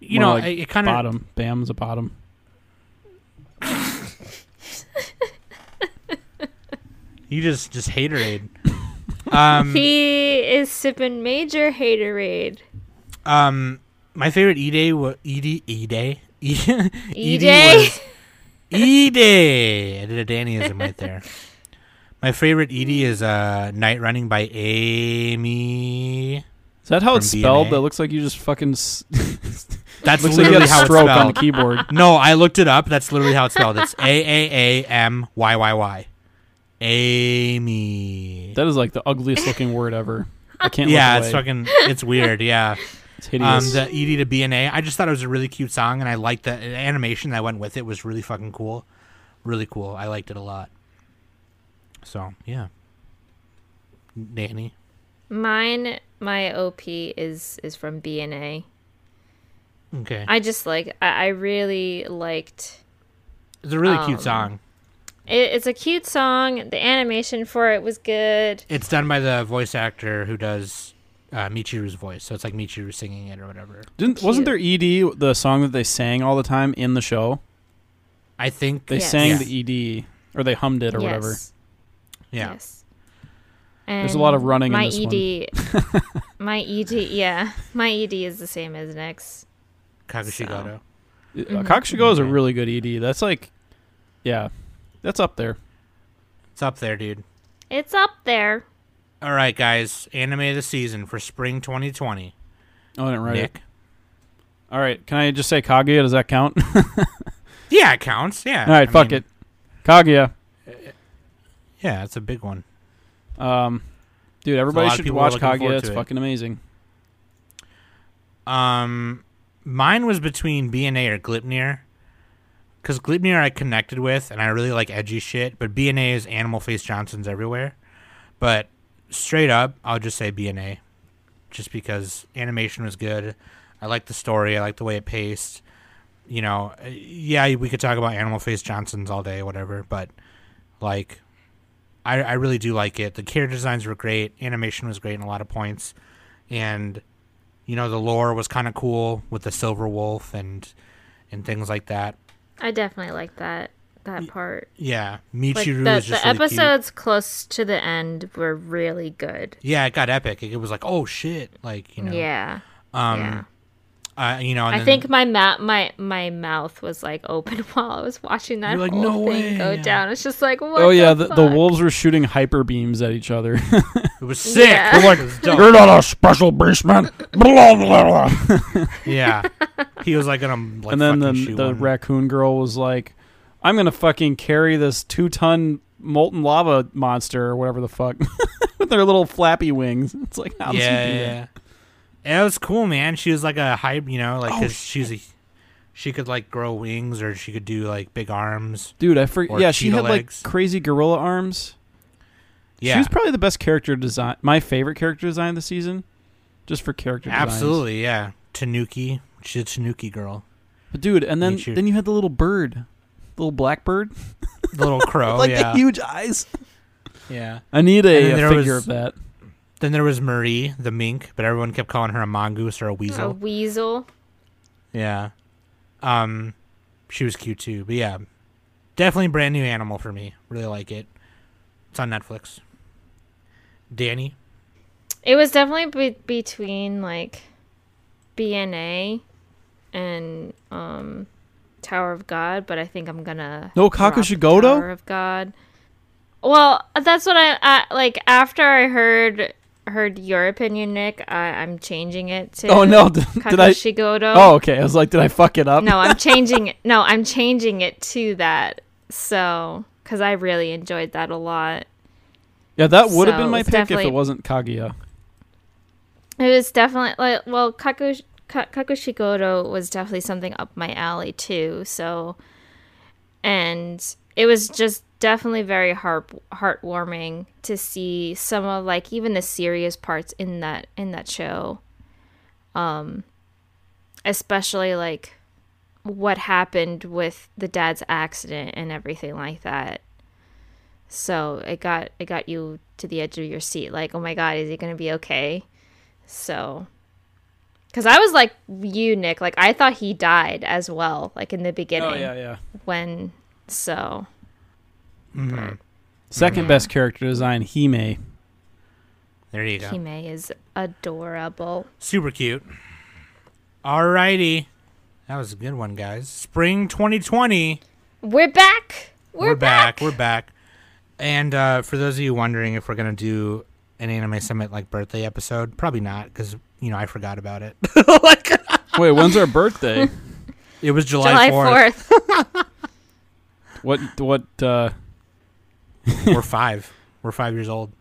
Speaker 3: you
Speaker 5: More
Speaker 3: know,
Speaker 5: like
Speaker 3: it, it kind of
Speaker 5: Bottom. Bam's a bottom.
Speaker 3: you just just haterade. um,
Speaker 4: He is sipping major haterade.
Speaker 3: Um, my favorite E Day was E D E Day. E
Speaker 4: E-Day?
Speaker 3: was E Day. I did a Dannyism right there. My favorite ED is uh, Night Running by Amy.
Speaker 5: Is that how
Speaker 3: From
Speaker 5: it's spelled?
Speaker 3: DNA?
Speaker 5: That looks like you just fucking. S-
Speaker 3: That's
Speaker 5: looks like you
Speaker 3: literally
Speaker 5: had a
Speaker 3: how it's
Speaker 5: stroke on the
Speaker 3: spelled.
Speaker 5: keyboard.
Speaker 3: no, I looked it up. That's literally how it's spelled. It's A A A M Y Y Y. Amy.
Speaker 5: That is like the ugliest looking word ever. I can't.
Speaker 3: Yeah,
Speaker 5: look
Speaker 3: it's
Speaker 5: away.
Speaker 3: fucking. It's weird. Yeah.
Speaker 5: It's hideous.
Speaker 3: Um, the ED to BNA. I just thought it was a really cute song, and I liked the the animation that went with it was really fucking cool, really cool. I liked it a lot. So yeah, Danny.
Speaker 4: Mine my OP is is from B and A.
Speaker 3: Okay,
Speaker 4: I just like I, I really liked
Speaker 3: it's a really
Speaker 4: um,
Speaker 3: cute song.
Speaker 4: It, it's a cute song. The animation for it was good.
Speaker 3: It's done by the voice actor who does uh, Michiru's voice, so it's like Michiru singing it or whatever.
Speaker 5: Didn't wasn't there ED the song that they sang all the time in the show?
Speaker 3: I think
Speaker 5: They
Speaker 4: Yes.
Speaker 5: sang
Speaker 3: Yeah.
Speaker 5: the ED or they hummed it or whatever.
Speaker 3: yeah.
Speaker 4: Yes.
Speaker 5: There's a lot of
Speaker 4: And
Speaker 5: running in
Speaker 4: My
Speaker 5: this one.
Speaker 4: ED. my ED. Yeah, my ED is the same as Nick's.
Speaker 3: Kakushigoto.
Speaker 5: Uh,
Speaker 4: Mm-hmm.
Speaker 5: Kakushigo is a
Speaker 3: Okay.
Speaker 5: really good ED. That's like, yeah, that's up there.
Speaker 3: It's up there, dude.
Speaker 4: It's up there.
Speaker 3: All right, guys. Anime of the season for spring 2020.
Speaker 5: Oh, I didn't write it.
Speaker 3: Nick.
Speaker 5: All right, can I just say Kaguya? Does that count?
Speaker 3: Yeah, it counts. Yeah.
Speaker 5: all right,
Speaker 3: I
Speaker 5: fuck
Speaker 3: mean,
Speaker 5: it, Kaguya.
Speaker 3: Yeah, it's a big one.
Speaker 5: Um, dude, everybody
Speaker 3: lot of
Speaker 5: should
Speaker 3: people are
Speaker 5: watch
Speaker 3: looking forward
Speaker 5: Kaguya. It's
Speaker 3: to it.
Speaker 5: fucking amazing.
Speaker 3: Um, mine was between BNA or Glipnir, because Glipnir I connected with, and I really like edgy shit. But BNA is Animal Face Johnson's everywhere. But straight up, I'll just say BNA, just because animation was good. I like the story. I like the way it paced. You know, uh, yeah, we could talk about Animal Face Johnson's all day, whatever. But like, I I really do like it. The character designs were great. Animation was great in a lot of points, and you know the lore was kind of cool with the silver wolf and and things like that
Speaker 4: I definitely like that that part.
Speaker 3: yeah
Speaker 4: Like
Speaker 3: michiru
Speaker 4: the,
Speaker 3: is just
Speaker 4: the
Speaker 3: really cute.
Speaker 4: episodes close to the end were really good.
Speaker 3: yeah it got epic it, was like oh shit like you know
Speaker 4: Yeah.
Speaker 3: um
Speaker 4: yeah.
Speaker 3: uh, you know and
Speaker 4: I
Speaker 3: then-
Speaker 4: think my ma- my my mouth was like open while I was watching that
Speaker 3: You're like,
Speaker 4: whole
Speaker 3: "No way."
Speaker 4: thing go down. It's just like, what
Speaker 5: oh yeah, the, the
Speaker 4: fuck?
Speaker 5: wolves were shooting hyper beams at each other.
Speaker 3: it was sick
Speaker 4: Yeah.
Speaker 3: It was dope.
Speaker 5: not a special beast man. Blah blah blah.
Speaker 3: yeah he was like gonna like
Speaker 5: and then
Speaker 3: fucking
Speaker 5: the,
Speaker 3: shoot
Speaker 5: the
Speaker 3: one.
Speaker 5: raccoon girl was like, "I'm gonna fucking carry this two ton molten lava monster or whatever the fuck with their little flappy wings." It's like, how does he
Speaker 3: yeah,
Speaker 5: do
Speaker 3: yeah,
Speaker 5: that?
Speaker 3: yeah. And it was cool, man. She was like a hype, you know,
Speaker 5: Oh,
Speaker 3: like 'cause she's a, she could like grow wings or she could do like big arms.
Speaker 5: dude, I forget.
Speaker 3: Or
Speaker 5: Yeah, she
Speaker 3: cheetah
Speaker 5: had
Speaker 3: legs.
Speaker 5: like crazy gorilla arms.
Speaker 3: Yeah,
Speaker 5: She was probably the best character design, my favorite character design this season, just for character designs.
Speaker 3: absolutely. Yeah, Tanuki. She's a Tanuki girl.
Speaker 5: But dude, and then
Speaker 3: Me too.
Speaker 5: then you had the little bird, little black bird,
Speaker 3: The little crow.
Speaker 5: like
Speaker 3: Oh, yeah.
Speaker 5: the huge eyes.
Speaker 3: yeah.
Speaker 5: I need
Speaker 3: And
Speaker 5: a,
Speaker 3: then
Speaker 5: a
Speaker 3: there
Speaker 5: figure
Speaker 3: was-
Speaker 5: of that.
Speaker 3: Then there was Marie, the mink, but everyone kept calling her a mongoose or a
Speaker 4: a
Speaker 3: weasel.
Speaker 4: weasel.
Speaker 3: Yeah. Um, she was cute too. But yeah, definitely brand new animal for me. Really like it. It's on Netflix. Danny.
Speaker 4: It was definitely be- between like BNA and um Tower of God, but I think I'm gonna
Speaker 5: No
Speaker 4: drop
Speaker 5: Kakushigoto?
Speaker 4: Tower of God. Well, that's what I, I like after I heard heard your opinion, Nick. I, I'm changing it to.
Speaker 5: Oh no! Did, did I?
Speaker 4: Kakashigoto.
Speaker 5: Oh, okay. I was like, did I fuck it up?
Speaker 4: No, I'm changing it. No, I'm changing it to that. So, because I really enjoyed that a lot.
Speaker 5: Yeah, that would have been
Speaker 4: So,
Speaker 5: my
Speaker 4: it's
Speaker 5: pick if
Speaker 4: definitely-
Speaker 5: it wasn't Kaguya.
Speaker 4: It was definitely like well, Kakush- Ka- Kakushigoro was definitely something up my alley too. So, and it was just definitely very heart heartwarming to see some of like even the serious parts in that in that show. Um, especially like what happened with the dad's accident and everything like that. So it got it got you to the edge of your seat, like, oh my god, is he gonna be okay? So, because I was like you, Nick, like I thought he died as well, like in the beginning
Speaker 5: Oh yeah, yeah.
Speaker 4: when. So
Speaker 5: 2nd best character design, Hime.
Speaker 3: There you go.
Speaker 4: Hime is adorable.
Speaker 3: Super cute. Alrighty. That was a good one, guys. Spring 2020.
Speaker 4: We're back. We're, back.
Speaker 3: We're back. And uh, for those of you wondering if we're going to do an Anime Summit like birthday episode, probably not because, you know, I forgot about it. like,
Speaker 5: Wait, when's our birthday?
Speaker 3: it was July,
Speaker 4: July
Speaker 3: 4th.
Speaker 4: fourth.
Speaker 5: what what uh
Speaker 3: We're five. We're five years old.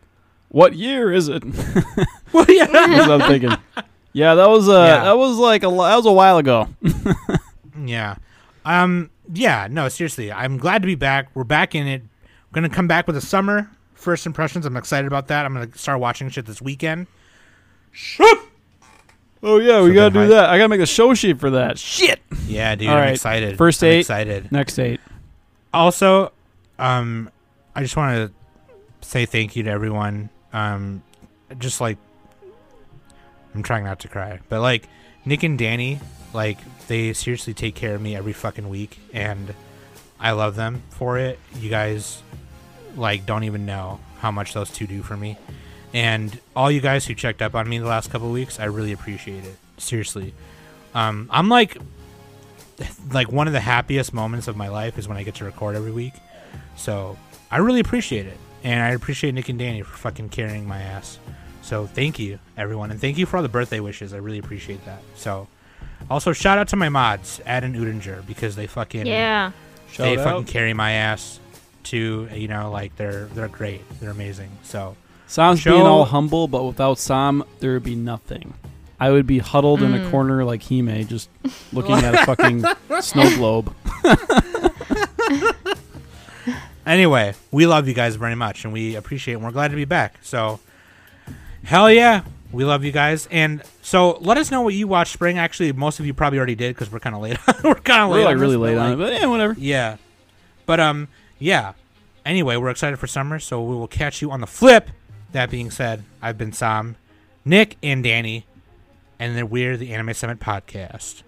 Speaker 5: what year is it? That's
Speaker 3: Well, yeah.
Speaker 5: what I'm thinking. Yeah, that was uh
Speaker 3: Yeah.
Speaker 5: that was like a li- that was a while ago.
Speaker 3: Yeah. Um. Yeah. No. Seriously, I'm glad to be back. We're back in it. We're gonna come back with a summer first impressions. I'm excited about that. I'm gonna start watching shit this weekend.
Speaker 5: Oh yeah, we gotta
Speaker 3: So then
Speaker 5: do
Speaker 3: my-
Speaker 5: that. I gotta make a show sheet for that. Shit.
Speaker 3: Yeah, dude.
Speaker 5: All
Speaker 3: I'm
Speaker 5: right.
Speaker 3: excited.
Speaker 5: First
Speaker 3: I'm
Speaker 5: date.
Speaker 3: Excited.
Speaker 5: Next date.
Speaker 3: Also, um, I just want to say thank you to everyone. Um, just like I'm trying not to cry, but like Nick and Danny, like they seriously take care of me every fucking week, and I love them for it. You guys, like, don't even know how much those two do for me, and all you guys who checked up on me the last couple weeks, I really appreciate it. Seriously, um, I'm like like one of the happiest moments of my life is when I get to record every week. So I really appreciate it, and I appreciate Nick and Danny for fucking carrying my ass. So thank you everyone, and thank you for all the birthday wishes. I really appreciate that. So also shout out to my mods, Ad and Udinger, because they fucking
Speaker 4: Yeah.
Speaker 3: they
Speaker 5: Shout
Speaker 3: fucking
Speaker 5: out.
Speaker 3: carry my ass. To you know, like they're they're great, they're amazing. So
Speaker 5: Sam's
Speaker 3: Show-
Speaker 5: being all humble, but without Sam, there would be nothing. I would be huddled in a corner like Hime, just looking at a fucking snow globe.
Speaker 3: Anyway, we love you guys very much and we appreciate it and we're glad to be back. So hell yeah, we love you guys. And so let us know what you watched spring. Actually, most of you probably already did because we're kind of late. we're kind of late.
Speaker 5: We're like
Speaker 3: on
Speaker 5: really
Speaker 3: this, but,
Speaker 5: late on it,
Speaker 3: like,
Speaker 5: but yeah, whatever.
Speaker 3: Yeah. But um yeah. Anyway, we're excited for summer, so we will catch you on the flip. That being said, I've been Sam, Nick, and Danny, and then we're the Anime Summit Podcast.